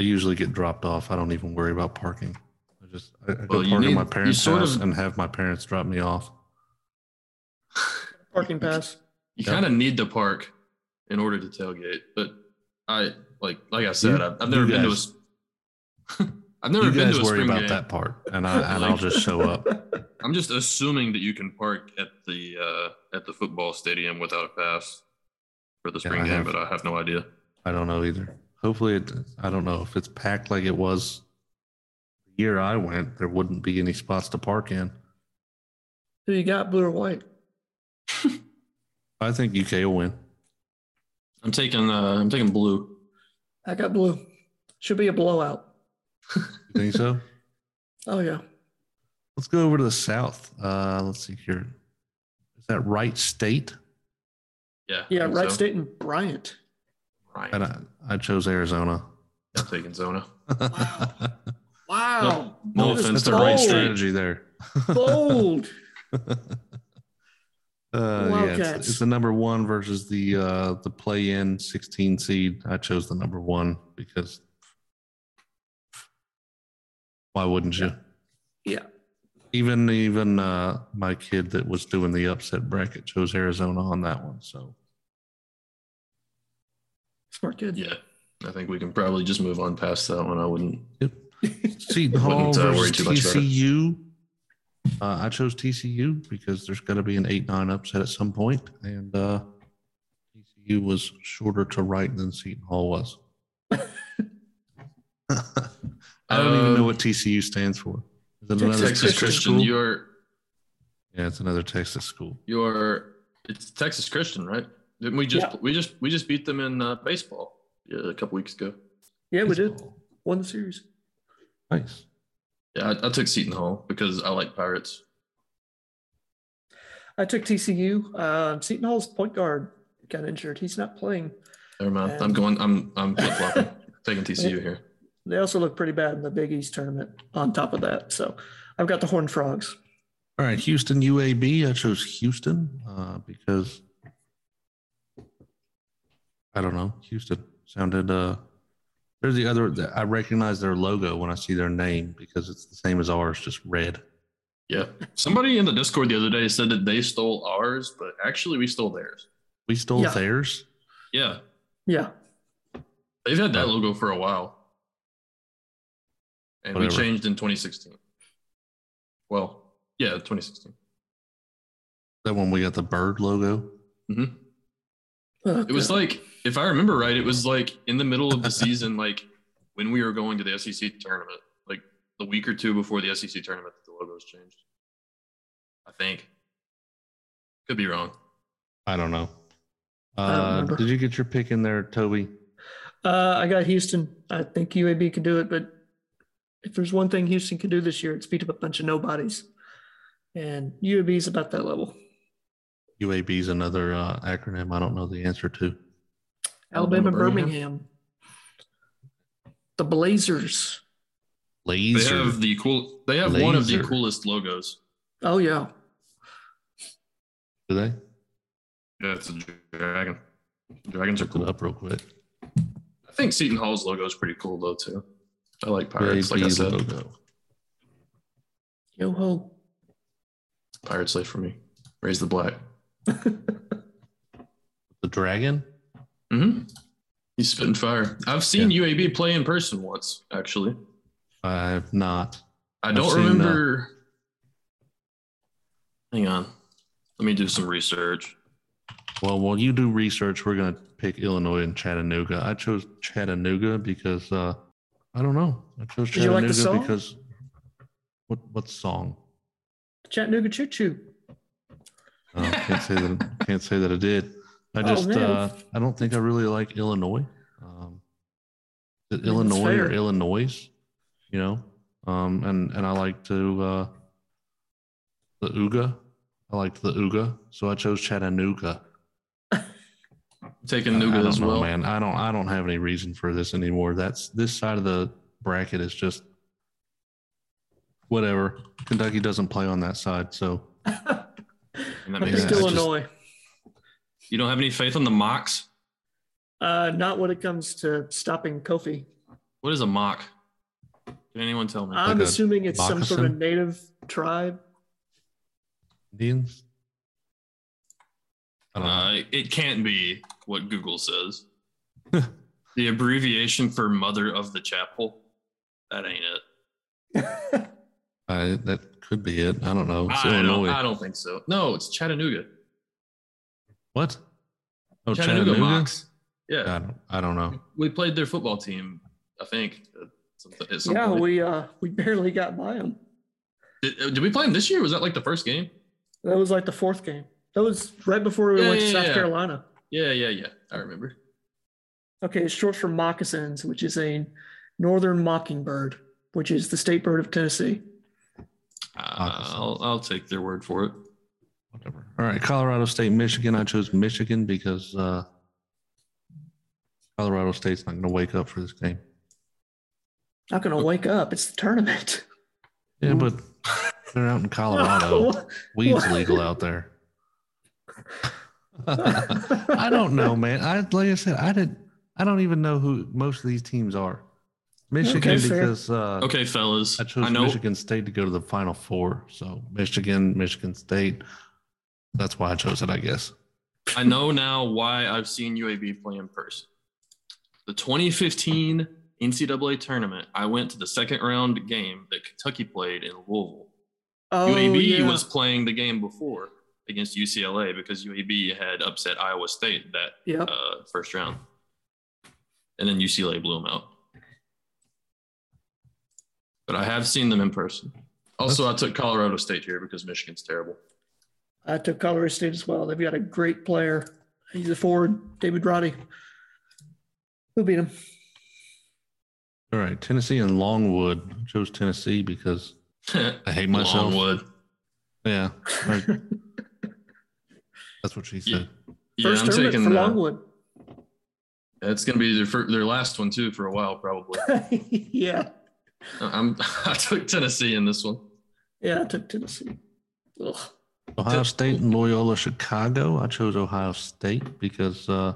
A: I usually get dropped off. I don't even worry about parking. I just I, I go
B: Well,
A: park
B: you
A: at
B: need-
A: my
B: you
A: parents'
B: sort
A: house
B: of-
A: and have my parents drop me off.
C: Parking pass.
B: You
A: Yeah.
B: kind of need to park in order to tailgate, but I like like I said,
A: You-
B: I've, I've never
A: you
B: been to a.
A: guys-
B: s- I've never
A: you
B: been
A: guys
B: to a
A: worry
B: spring
A: about
B: game.
A: that part, and I and I'll just show up.
B: I'm just assuming that you can park at the uh, at the football stadium without a pass for the spring
A: I
B: game,
A: have-
B: but I have no idea.
A: I don't know either. Hopefully, it, I don't know if it's packed like it was the year I went. There wouldn't be any spots to park in.
C: Who you got, blue or white?
A: I think UK will win.
B: I'm taking uh, I'm taking blue.
C: I got blue. Should be a blowout.
A: You think so?
C: Oh yeah.
A: Let's go over to the south. Uh, let's see here. Is that right state?
B: Yeah, I
C: Yeah,
B: think
C: Wright
B: so.
C: State and Bryant.
B: Right.
A: And I, I chose Arizona.
B: I'm taking Zona.
C: Wow. Wow.
B: No
C: That is
B: offense
A: That's
B: to
A: the
B: Wright
A: right
C: bold.
B: State.
A: strategy there.
C: Bold.
A: Uh, yeah, it's,
C: Wildcats.
A: it's the number one versus the uh, the play in 16 seed. I chose the number one because why wouldn't you?
C: Yeah.
A: Even even uh, my kid that was doing the upset bracket chose Arizona on that one. So
C: Smart kid.
B: Yeah, I think we can probably just move on past that one. I wouldn't.
A: Seton Hall
B: Wouldn't, uh, worry
A: versus
B: too much about it.
A: TCU. Uh, I chose TCU because there's got to be an eight nine upset at some point, and uh, TCU was shorter to right than Seton Hall was. I don't even know
B: Um,
A: what TCU stands for. Is it another
C: Texas
B: Texas
A: Texas
B: Christian,
A: school?
B: you're
A: yeah, it's another Texas school.
B: you're it's Texas Christian, right? Didn't we just
C: Yeah.
B: we just we just beat them in uh, baseball yeah, a couple weeks ago?
C: Yeah, we did. Won the series.
A: Nice.
B: Yeah, I, I took Seton Hall because I like Pirates.
C: I took TCU. Um, Seton Hall's point guard got injured. He's not playing.
B: Never mind. I'm
C: Um,
B: going. I'm I'm flip flopping. taking TCU here.
C: They also look pretty bad in the Big East tournament on top of that. So I've got the Horned Frogs.
A: All right, Houston UAB. I chose Houston uh, because I don't know. Houston sounded. Uh, there's the other. I recognize their logo when I see their name because it's the same as ours, just red.
B: Yeah. Somebody in the Discord the other day said that they stole ours, but actually we stole theirs.
A: We stole
C: Yeah.
A: theirs.
B: Yeah,
C: Yeah.
B: they've had that logo for a while, and we
A: Whatever.
B: changed in 2016. Well, yeah, 2016.
A: That one we got the bird logo.
B: hmm
C: Oh,
B: It was
C: God.
B: like, if I remember right, it was like in the middle of the season, like when we were going to the SEC tournament, like the week or two before the SEC tournament, that the logos changed. I think. Could be wrong.
A: I don't know.
C: don't
A: Uh,
C: remember.
A: did you get your pick in there, Toby?
C: uh, I got Houston. I think UAB can do it, but if there's one thing Houston can do this year, it's beat up a bunch of nobodies. And UAB's about that level.
A: UAB is another uh, acronym I don't know the answer to.
C: Alabama,
B: Alabama,
C: Birmingham.
B: Birmingham.
C: The Blazers.
B: They
A: Laser.
B: have the cool. They have one of the
A: Laser.
B: coolest logos.
C: Oh yeah.
A: Do they?
B: Yeah, it's a dragon. Dragons are
A: Look it
B: cool.
A: up real quick.
B: I think Seton Hall's logo is pretty cool though too. I like pirates. Like I
A: UAB
B: said,
A: logo.
C: Yo ho.
B: pirates live for me. Raise the black.
A: The dragon.
B: hmm He's spitting fire. I've seen UAB play in person once, actually.
A: I have not.
B: I
A: I've
B: don't
A: seen, uh,
B: remember. Hang on. Let me do some research.
A: Well, while you do research, we're going to pick Illinois and Chattanooga. I chose Chattanooga because uh, I don't know. I chose
C: Did you like
A: Chattanooga
C: the song?
A: because what what song?
C: Chattanooga Choo Choo.
A: Uh, can't say that. Can't say that I did. I
C: Oh,
A: just
C: man.
A: uh, I don't think I really like Illinois. Um, is it
C: Yeah, that's
A: Illinois or
C: fair.
A: Illinois? You know, um, and and I like to uh, the Uga. I liked the Uga, so I chose Chattanooga.
B: Taking
A: I
B: Nuga
A: don't
B: as
A: know,
B: well.
A: man. I don't. I don't have any reason for this anymore. That's this side of the bracket is just whatever. Kentucky doesn't play on that side, so
C: I
B: And that
A: I'm
B: makes
A: just-
C: picked
B: sense.
A: still
C: Illinois.
B: You don't have any faith in the mocks?
C: Uh, not when it comes to stopping Kofi.
B: What is a mock? Can anyone tell me?
C: I'm
A: a
C: assuming it's some sort of
A: moccasin?
C: native tribe.
A: Indians. I don't know.
B: Uh, it can't be what Google says. the abbreviation for Mother of the Chapel. That ain't it.
A: I, that could be it. I don't know. It's
B: I don't,
A: Illinois.
B: I don't think so. No, it's Chattanooga.
A: What? Oh,
B: Chattanooga,
A: Chattanooga.
B: Mocs. Yeah.
A: I don't. I don't know.
B: We played their football team, I think. at some- at some
C: yeah,
B: point.
C: we uh, we barely got by them.
B: Did, uh, did we play them this year? Was that like the first game?
C: That was like the fourth game. That was right before we
B: Yeah,
C: went to
B: yeah,
C: South
B: yeah.
C: Carolina.
B: Yeah, yeah, yeah. I remember.
C: Okay, it's short for moccasins, which is a northern mockingbird, which is the state bird of Tennessee.
B: Uh, I'll, I'll take their word for it.
A: Whatever. All right. Colorado State, Michigan. I chose Michigan because uh, Colorado State's not going to wake up for this game.
C: Not gonna wake up. It's the tournament.
A: Yeah,
C: Ooh.
A: but they're out in Colorado. Weed's
C: What?
A: legal out there. I don't know, man. I like I said, I didn't. I don't even know who most of these teams are. Michigan
C: Okay, fair.
A: because uh,
B: Okay, fellas.
A: I
B: I,
A: chose
B: know.
A: Michigan State to go to the Final Four. So Michigan, Michigan State. That's why I chose it, I guess.
B: I know now why I've seen UAB play in person. The 2015 NCAA tournament, I went to the second round game that Kentucky played in Louisville.
C: Oh,
B: UAB
C: yeah.
B: was playing the game before against UCLA because UAB had upset Iowa State that
C: Yep.
B: uh, first round. And then UCLA blew them out. But I have seen them in person. Also, I took Colorado State here because Michigan's terrible.
C: I took Colorado State as well. They've got a great player. He's a forward, David Roddy. Who beat him?
A: All right, Tennessee and Longwood. I chose Tennessee because I hate myself.
B: Longwood.
A: Yeah, I- that's what she said.
B: Yeah,
C: First
B: I'm
C: tournament
B: taking
C: for
B: the,
C: Longwood.
B: That's going to be their, fir- their last one, too, for a while, probably. Uh,
C: yeah.
B: I'm, I took Tennessee in this one.
C: Yeah, I took Tennessee. Ugh.
A: Ohio State and Loyola Chicago. I chose Ohio State because uh,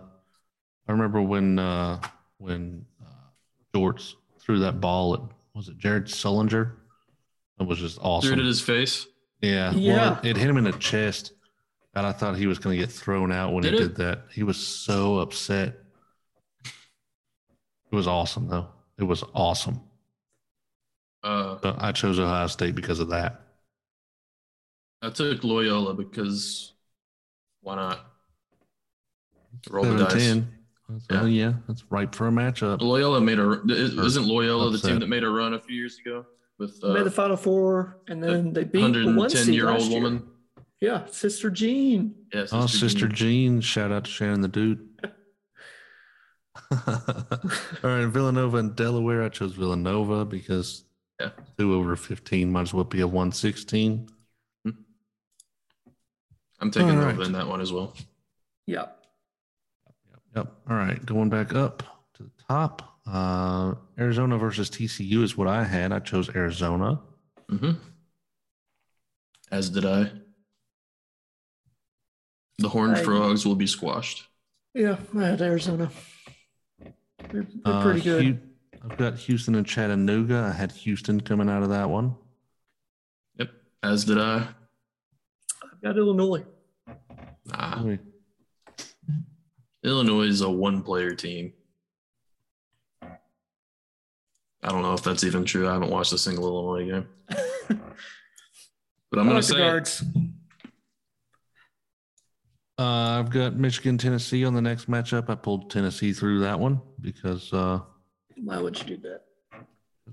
A: I remember when uh, when uh, Jorts threw that ball at was it Jared Sullinger? That was just awesome.
B: Threw it at his face.
A: Yeah.
C: Yeah.
A: Well, it, it hit him in the chest. And I thought he was going to get thrown out when he
B: Did it?
A: did that. He was so upset. It was awesome, though. It was awesome.
B: Uh,
A: But I chose Ohio State because of that.
B: I took Loyola because why not? Roll the
A: Seven,
B: dice.
A: 10. Oh, yeah. That's right for a matchup.
B: Loyola made a. Isn't Loyola the team
A: Upset.
B: that made a run a few years ago with
C: made the
B: uh,
C: final four, and then they beat the one
B: 110
C: seed
B: year
C: last
B: old
C: year.
B: woman?
C: Yeah, Sister Jean.
B: Yes,
A: Oh, Sister Jean. Shout out to Shannon the Dude. All right. Villanova and Delaware. I chose Villanova because
B: Yeah.
A: two over 15 might as well be a 116.
B: I'm taking
A: All
B: Nova
A: right.
B: in that one as well.
C: Yeah.
A: Yep. Yep. All right. Going back up to the top. Uh, Arizona versus TCU is what I had. I chose Arizona.
B: hmm As did I. The Horned
C: I-
B: Frogs will be squashed.
C: Yeah, I had Arizona. They're, they're
A: Uh,
C: pretty good.
A: Hu- I've got Houston and Chattanooga. I had Houston coming out of that one.
B: Yep. As did I.
C: I've got Illinois.
B: Nah. Ah.
A: Let me-
B: Illinois is a one player team. I don't know if that's even true. I haven't watched a single Illinois game. but I'm
C: I
B: going
C: like
B: to
C: the
B: say it.
C: guards.
A: Uh, I've got Michigan, Tennessee on the next matchup. I pulled Tennessee through that one because uh,
C: Why would you do that?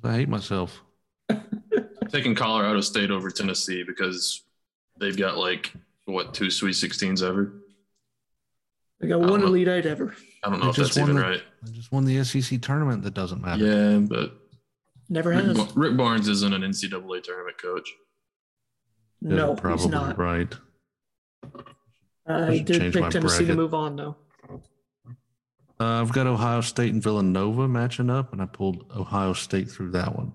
A: I hate myself.
B: I'm taking Colorado State over Tennessee because they've got like what two Sweet 16s ever.
C: They got
B: I don't
C: one
B: know.
C: elite eight ever.
B: I don't
A: They
B: know if
A: just
B: that's even
A: won the-
B: right.
A: I just won the SEC tournament. That doesn't matter.
B: Yeah, but
C: Never
B: Rick,
C: has.
B: Bar- Rick Barnes isn't an NCAA tournament coach.
A: They're
C: No, he's
A: probably
C: not.
A: right.
C: I
A: should
C: did
A: change my
C: pick Tennessee to
A: bracket.
C: move on though.
A: Uh, I've got Ohio State and Villanova matching up, and I pulled Ohio State through that one.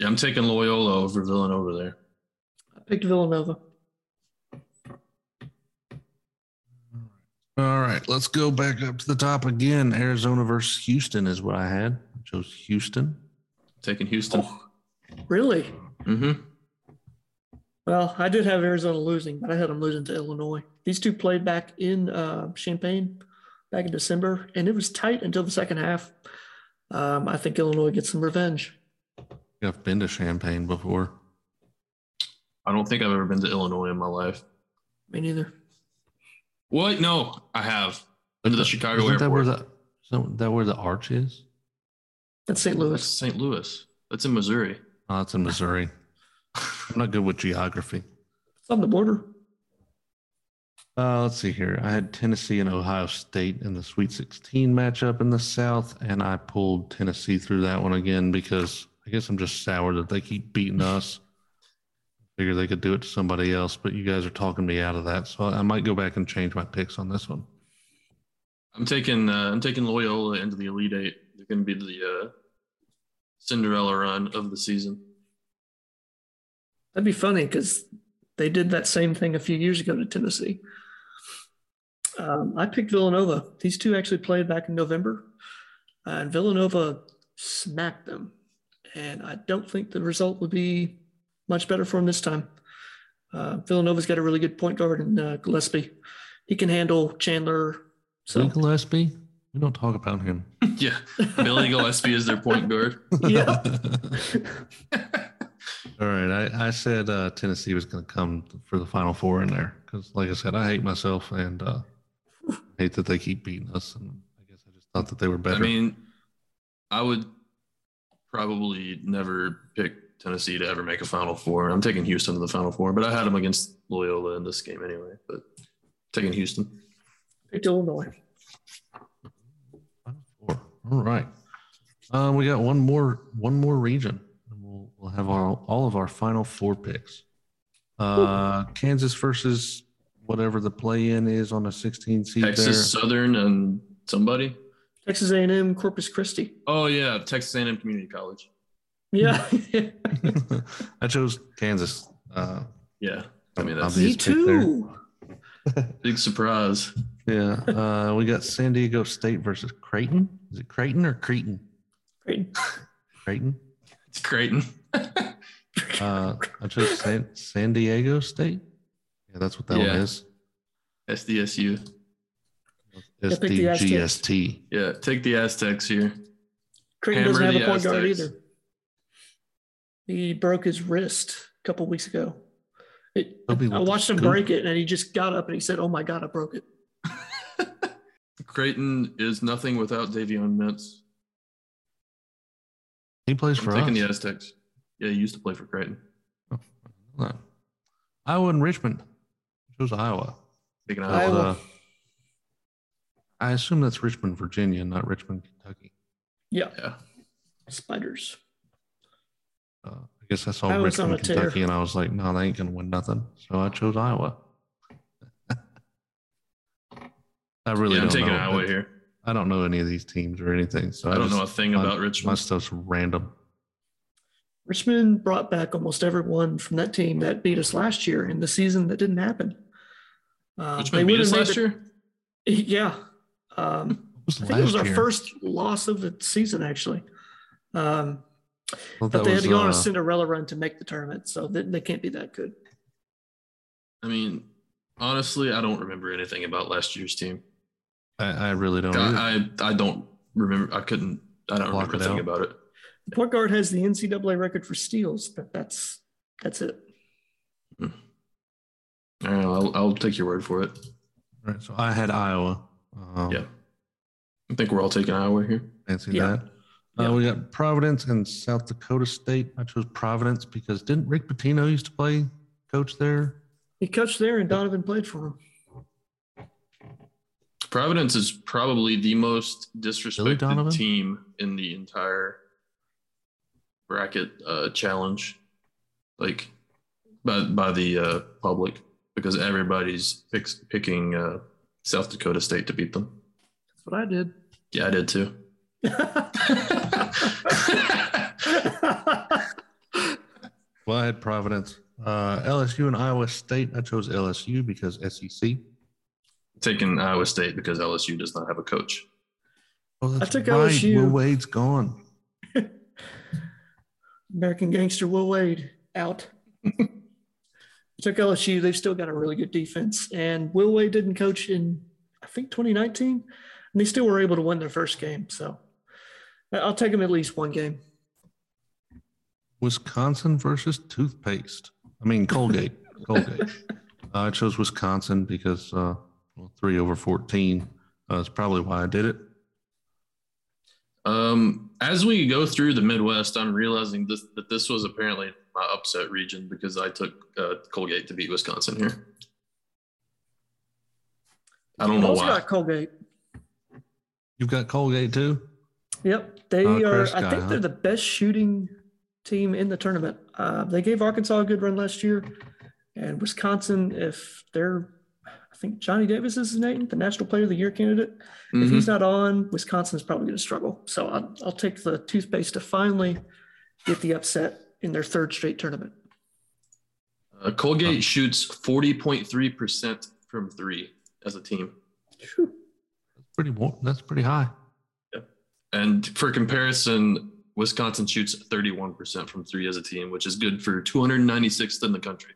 B: Yeah, I'm taking Loyola over Villanova there.
C: I picked Villanova.
A: All right, let's go back up to the top again. Arizona versus Houston is what I had. I chose Houston.
B: Taking Houston.
C: Really?
B: hmm
C: Well, I did have Arizona losing, but I had them losing to Illinois. These two played back in uh, Champaign back in December, and it was tight until the second half. Um, I think Illinois gets some revenge.
A: I've been to Champaign before.
B: I don't think I've ever been to Illinois in my life.
C: Me neither.
B: What? No, I have. Been to the Chicago
A: Isn't that where
B: airport.
A: the isn't that where the arch is?
C: That's St.
B: That's
C: Louis.
B: St. Louis. That's in Missouri.
A: Oh, it's in Missouri. I'm not good with geography.
C: It's on the border.
A: Uh, let's see here. I had Tennessee and Ohio State in the Sweet 16 matchup in the South, and I pulled Tennessee through that one again because I guess I'm just sour that they keep beating us. Figure they could do it to somebody else, but you guys are talking me out of that, so I might go back and change my picks on this one.
B: I'm taking uh, I'm taking Loyola into the Elite Eight. They're going to be the uh, Cinderella run of the season.
C: That'd be funny because they did that same thing a few years ago to Tennessee. Um, I picked Villanova. These two actually played back in November, uh, and Villanova smacked them. And I don't think the result would be much better for them this time. Uh, Villanova's got a really good point guard in uh, Gillespie. He can handle Chandler.
A: Lee
C: So
A: Gillespie? We don't talk about him.
B: yeah, Billy Gillespie is their point guard.
C: yeah,
A: All right. I, I said uh, Tennessee was going to come for the Final Four in there because, like I said, I hate myself and uh, hate that they keep beating us. And I guess I just thought that they were better.
B: I mean, I would probably never pick Tennessee to ever make a Final Four. I'm taking Houston to the Final Four, but I had them against Loyola in this game anyway. But taking Houston.
C: picked Illinois.
A: Final Four. All right. Um, we got one more one more region, and we'll we'll have our all of our Final Four picks. Uh, Kansas versus whatever the play-in is on a 16 seed.
B: Texas
A: there.
B: Southern and somebody.
C: Texas A&M, Corpus Christi.
B: Oh yeah, Texas A&M Community College.
C: Yeah,
A: I chose Kansas. Uh,
B: Yeah, I mean that's
A: Obvious.
C: me
A: Just pick there.
C: too.
B: a big surprise.
A: Yeah. Uh, we got San Diego State versus Creighton. Is it Creighton or Creighton?
C: Great.
A: Creighton.
B: It's Creighton.
A: Uh, I chose San, San Diego State. Yeah, that's what that one
B: Yeah.
A: is.
B: SDSU.
A: It's
C: pick the Aztecs.
A: DGST.
B: Yeah, take the Aztecs here.
C: Creighton
B: Hammer
C: doesn't have a
B: the
C: point guard
B: Aztecs.
C: either. He broke his wrist a couple weeks ago. It,
A: Toby with
C: I
A: the
C: watched him
A: scoop.
C: break it, and he just got up and he said, "Oh my god, I broke it."
B: Creighton is nothing without Davion Mintz.
A: He plays
B: I'm
A: for
B: taking the
A: us.
B: Aztecs. Yeah, he used to play for Creighton.
A: No. Iowa and Richmond. I chose Iowa.
B: Taking
A: That was,
B: Iowa.
C: Iowa.
A: uh, I assume that's Richmond, Virginia, not Richmond, Kentucky.
C: Yeah,
B: Yeah.
C: spiders.
A: Uh, I guess I saw
C: I was on
A: Richmond,
C: a tear.
A: Kentucky, and I was like, no, they ain't going to win nothing. So I chose Iowa. I really
B: Yeah, I'm
A: don't
B: taking
A: know.
B: Iowa here.
A: I don't know any of these teams or anything. So
B: I don't know a
A: just-
B: thing
A: my-
B: about
A: My
B: Richmond.
A: stuff's random.
C: Richmond brought back almost everyone from that team that beat us last year in the season that didn't happen. Um,
B: Richmond beat
C: would've
B: us
C: made
B: last
C: the-
B: year.
C: Yeah, um,
A: It was
C: I think it was
A: last
C: our
A: year.
C: first loss of the season actually. Um,
A: I thought
C: but
A: that
C: they
A: was,
C: had to go on
A: uh,
C: a Cinderella run to make the tournament, so they, they can't be that good.
B: I mean, honestly, I don't remember anything about last year's team.
A: I, I really don't. either.
B: I, I I don't remember. I couldn't I don't
A: Block
B: remember
A: it
B: anything
A: out.
B: about it.
C: The point guard has the NCAA record for steals, but that's that's it.
B: All right, I'll, I'll take your word for it.
A: All right. So I had Iowa. Um,
B: Yeah. I think we're all taking Iowa here.
A: Fancy
C: Yeah.
A: that. Uh, We got Providence and South Dakota State. I chose Providence because didn't Rick Pitino used to play coach there?
C: He coached there, and Donovan played for him.
B: Providence is probably the most
A: Donovan?
B: disrespected team in the entire bracket uh, challenge, like by by the uh, public, because everybody's picks, picking uh, South Dakota State to beat them.
C: That's what I did.
B: Yeah, I did too.
A: Well, I had Providence. Uh, LSU and Iowa State. I chose LSU because E SEC.
B: Taking Iowa State because LSU does not have a coach.
A: Oh, that's
C: took
A: right.
C: LSU.
A: Will Wade's gone.
C: American Gangster Will Wade out. Took LSU. They've still got a really good defense, and Will Wade didn't coach in I think 2019, and they still were able to win their first game. So I- I'll take them at least one game.
A: Wisconsin versus toothpaste. I mean Colgate. Colgate. Uh, I chose Wisconsin because uh, well, three over fourteen uh, is probably why I did it.
B: Um, as we go through the Midwest, I'm realizing this, that this was apparently my upset region because I took uh, Colgate to beat Wisconsin here. I don't know
C: Also
B: why.
C: got Colgate.
A: You've got Colgate too.
C: Yep, they
A: Oh,
C: are.
A: Chris
C: I
A: guy,
C: think
A: huh?
C: they're the best shooting team in the tournament. Uh, they gave Arkansas a good run last year, and Wisconsin, if they're, I think Johnny Davis is his name, the National Player of the Year candidate. If
B: Mhm.
A: Mm-hmm.
C: he's not on, Wisconsin's probably going to struggle. So I'll, I'll take the toothpaste to finally get the upset in their third straight tournament.
B: Uh, Colgate shoots 40.3% from three as a team.
C: Phew.
A: Pretty wa- that's pretty high.
B: And for comparison, Wisconsin shoots 31% from three as a team, which is good for 296th in the country.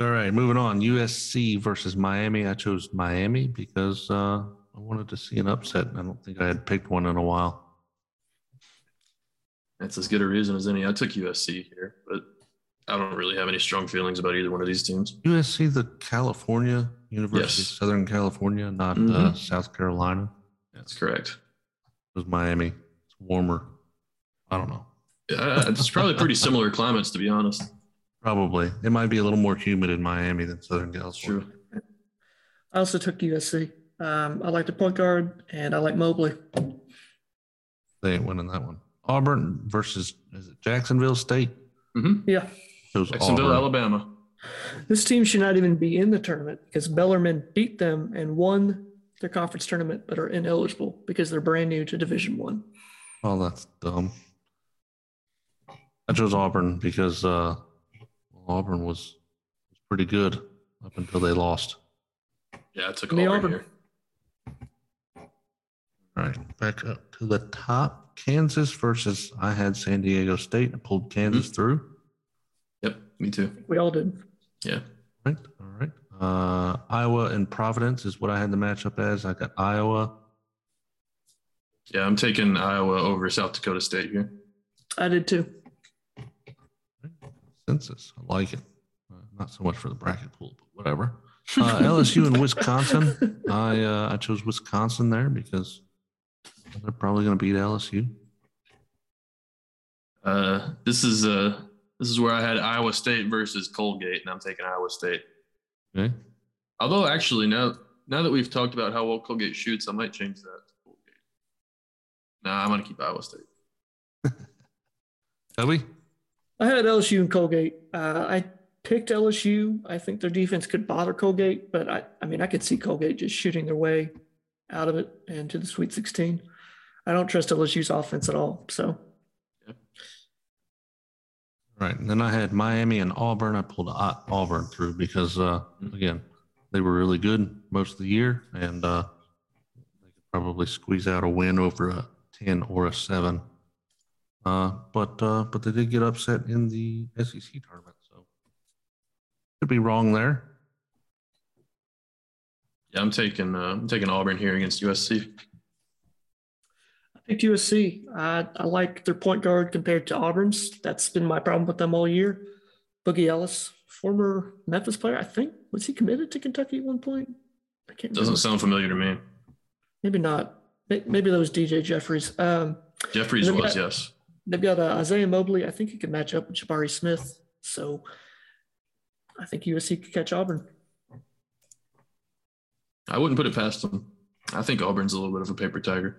A: All right, moving on. USC versus Miami. I chose Miami because uh, I wanted to see an upset. and I don't think I had picked one in a while.
B: That's as good a reason as any. I took USC here, but I don't really have any strong feelings about either one of these teams.
A: USC, the California University, of
B: Yes.
A: Southern California, not uh,
B: Mhm.
A: South Carolina.
B: That's correct.
A: It was Miami. It's warmer. I don't know.
B: Uh, it's probably pretty similar climates, to be honest.
A: Probably. It might be a little more humid in Miami than Southern
B: It's
A: California.
B: true.
C: I also took USC. Um, I like the point guard, and I like Mobley.
A: They ain't winning that one. Auburn versus is it Jacksonville State?
B: hmm
C: Yeah,
A: Chose
B: Jacksonville,
A: Auburn.
B: Alabama.
C: This team should not even be in the tournament because Bellarmine beat them and won their conference tournament, but are ineligible because they're brand new to Division One.
A: Oh, that's dumb. I chose Auburn because uh, Auburn was was pretty good up until they lost.
B: Yeah, I took
C: Give me
B: Auburn,
C: Auburn.
B: here.
A: All right, back up to the top. Kansas versus I had San Diego State. I pulled Kansas through.
B: Yep, me too.
C: We all did.
B: Yeah.
A: Right. All right. Uh, Iowa and Providence is what I had the matchup as. I got Iowa.
B: Yeah, I'm taking Iowa over South Dakota State here.
C: I did too.
A: Census. I like it. Uh, not so much for the bracket pool, but whatever. Uh, LSU and Wisconsin. I uh, I chose Wisconsin there because they're probably going to beat LSU.
B: Uh, this is uh, this is where I had Iowa State versus Colgate, and I'm taking Iowa State.
A: Okay.
B: Although, actually, now now that we've talked about how well Colgate shoots, I might change that. to Colgate. Nah, I'm gonna keep Iowa State.
A: Toby.
C: I had LSU and Colgate. Uh, I picked LSU. I think their defense could bother Colgate, but I, I mean, I could see Colgate just shooting their way out of it and to the Sweet 16. I don't trust LSU's offense at all. So
A: All right. And then I had Miami and Auburn. I pulled Au- Auburn through because uh,
B: Mm-hmm.
A: again they were really good most of the year, and uh, they could probably squeeze out a win over a ten or a seven. Uh, but uh, but they did get upset in the SEC tournament, so could be wrong there.
B: Yeah, I'm taking uh, I'm taking Auburn here against USC.
C: picked USC. I, I like their point guard compared to Auburn's. That's been my problem with them all year. Boogie Ellis, former Memphis player, I think. Was he committed to Kentucky at one point? I can't remember.
B: Doesn't sound familiar to me.
C: Maybe not. May- Maybe that was DJ Jeffries. Um,
B: Jeffries
C: Look
B: was,
C: at-
B: yes.
C: they've got uh, Isaiah Mobley. I think he could match up with Jabari Smith. So I think USC could catch Auburn.
B: I wouldn't put it past them. I think Auburn's a little bit of a paper tiger.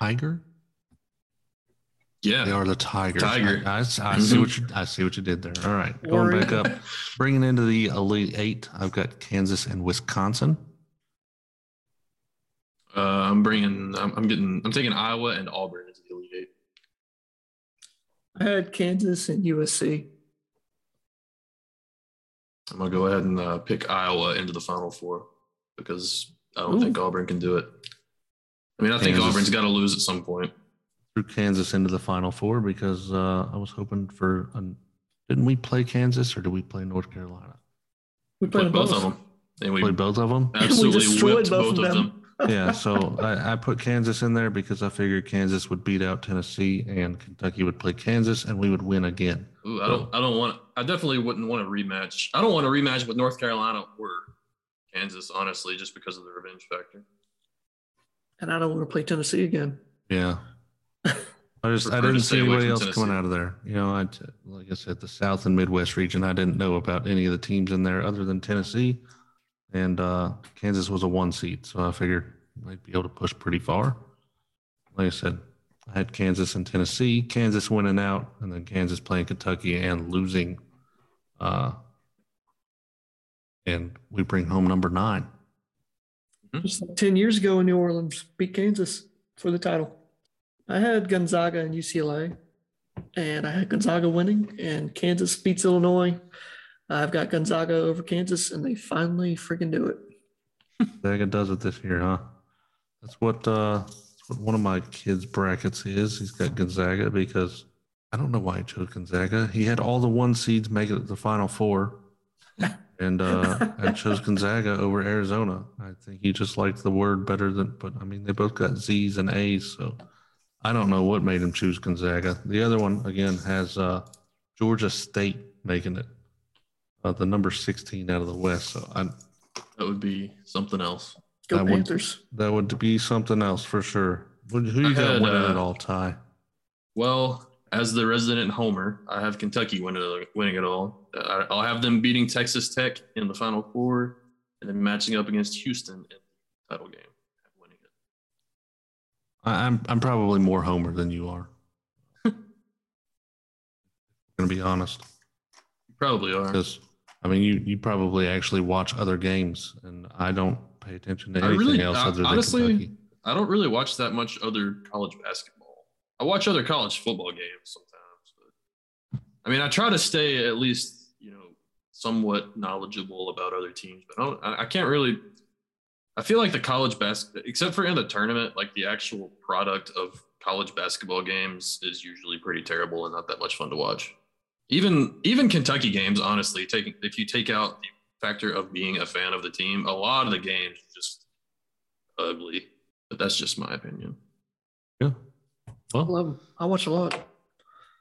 A: Tiger? They
B: Yeah.
A: are the Tigers.
B: Tiger.
A: I, I- I see what you. I see what you did there. Mm-hmm. All right, going
C: Worry.
A: back up, bringing into the Elite Eight. I've got Kansas and Wisconsin.
B: Uh, I'm bringing. I'm, I'm getting. I'm taking Iowa and Auburn as the elite eight.
C: I had Kansas and USC.
B: I'm gonna go ahead and uh, pick Iowa into the Final Four because I don't
C: Ooh.
B: think Auburn can do it. I mean, I think
A: Kansas.
B: Auburn's got to lose at some point.
A: Threw Kansas into the Final Four because uh, I was hoping for. An, didn't we play Kansas or did we play North Carolina?
C: We
B: We played
C: played them
B: both of them, and we
A: Played both of them.
B: absolutely
C: destroyed
B: whipped
C: both
B: both,
C: of
B: of
C: them.
B: them.
A: yeah, so I, I put Kansas in there because I figured Kansas would beat out Tennessee and Kentucky would play Kansas and we would win again.
B: Ooh, I don't. I don't want. I definitely wouldn't want to rematch. I don't want to rematch with North Carolina or Kansas, honestly, just because of the revenge factor.
C: And I don't want to play Tennessee again.
A: Yeah. I just I
B: Prefer to
A: didn't
B: stay
A: see
B: away
A: anybody
B: from
A: else coming
B: Tennessee.
A: out of there. You know, I t- like I said, the South and Midwest region. I didn't know about any of the teams in there other than Tennessee, and uh, Kansas was a one seed, so I figured they'd be able to push pretty far. Like I said, I had Kansas and Tennessee. Kansas winning out, and then Kansas playing Kentucky and losing. Uh, and we bring home number nine.
C: Just like 10 years ago in New Orleans, beat Kansas for the title. I had Gonzaga and UCLA, and I had Gonzaga winning, and Kansas beats Illinois. I've got Gonzaga over Kansas, and they finally freaking do it.
A: Daga does it this year, huh? That's what uh that's what one of my kids' brackets is. He's got Gonzaga because I don't know why he chose Gonzaga. He had all the one seeds make it to the final four. And uh and chose Gonzaga over Arizona. I think he just liked the word better than but I mean they both got Z's and A's, so I don't know what made him choose Gonzaga. The other one again has uh Georgia State making it. Uh, the number 16 out of the West. So I,
B: That would be something else.
C: Go
A: I would-
C: Panthers.
A: That would be something else for sure. Who who
B: I
A: you got
B: had,
A: winning
B: uh,
A: it all, Ty?
B: Well, as the resident homer, I have Kentucky winning winning it all. I- I'll have them beating Texas Tech in the Final Four, and then matching up against Houston in the title game, and winning it.
A: I, I'm I'm probably more Homer than you are. gonna be honest,
B: You probably are.
A: because I mean, you you probably actually watch other games, and I don't pay attention to
B: I
A: anything
B: really-
A: else
B: uh,
A: other than
B: honestly,
A: Kentucky.
B: I don't really watch that much other college basketball. I watch other college football games sometimes, but I mean, I try to stay at least you know somewhat knowledgeable about other teams, but I don't. I, I can't really. I feel like the college basketball, except for in the tournament, like the actual product of college basketball games is usually pretty terrible and not that much fun to watch. Even even Kentucky games, honestly, taking if you take out the factor of being a fan of the team, a lot of the games are just ugly but that's just my opinion.
A: Yeah.
C: I
A: Well,
C: love them. I watch a lot.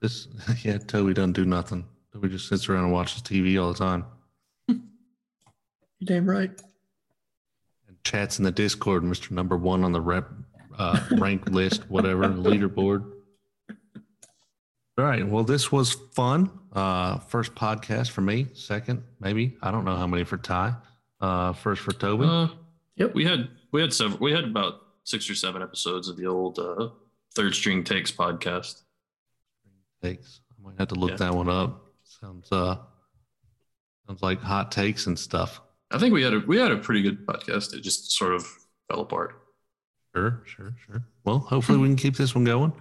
A: this yeah, Toby doesn't do nothing. Toby just sits around and watches TV all the time
C: You're damn right.
A: and chats in the Discord. Mister Number One on the rep uh, ranked list, whatever leaderboard. All right. Well, this was fun. Uh, first podcast for me. Second, maybe I don't know how many for Ty. Uh, first for Tobin.
B: Uh,
C: Yep.
B: we had we had several we had about six or seven episodes of the old uh, third string takes podcast.
A: takes. I might have to look
B: Yeah.
A: that one up. Sounds uh, sounds like hot takes and stuff.
B: I think we had a we had a pretty good podcast. It just sort of fell apart.
A: Sure, sure, sure. Well, hopefully we can keep this one going.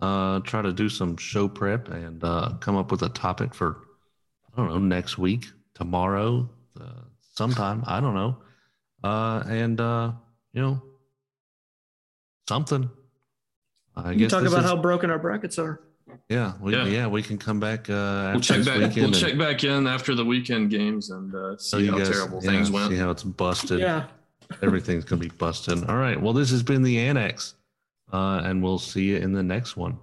A: Uh, try to do some show prep and uh, come up with a topic for I don't know next week, tomorrow, uh, sometime. I don't know. Uh, and uh, you know something. I
C: You
A: guess
C: talk
A: this
C: about
A: is-
C: how broken our brackets are.
A: yeah, we,
B: Yeah.
A: yeah, we can come back. Uh, after
B: We'll check
A: this
B: back.
A: Weekend
B: We'll
A: and
B: check back in after the weekend games and uh,
A: tell
B: see how
A: you guys-
B: terrible
A: yeah,
B: things
A: See
B: went.
A: how it's busted.
C: Yeah.
A: Everything's going to be busted. All right. Well, this has been the annex, uh, and we'll see you in the next one.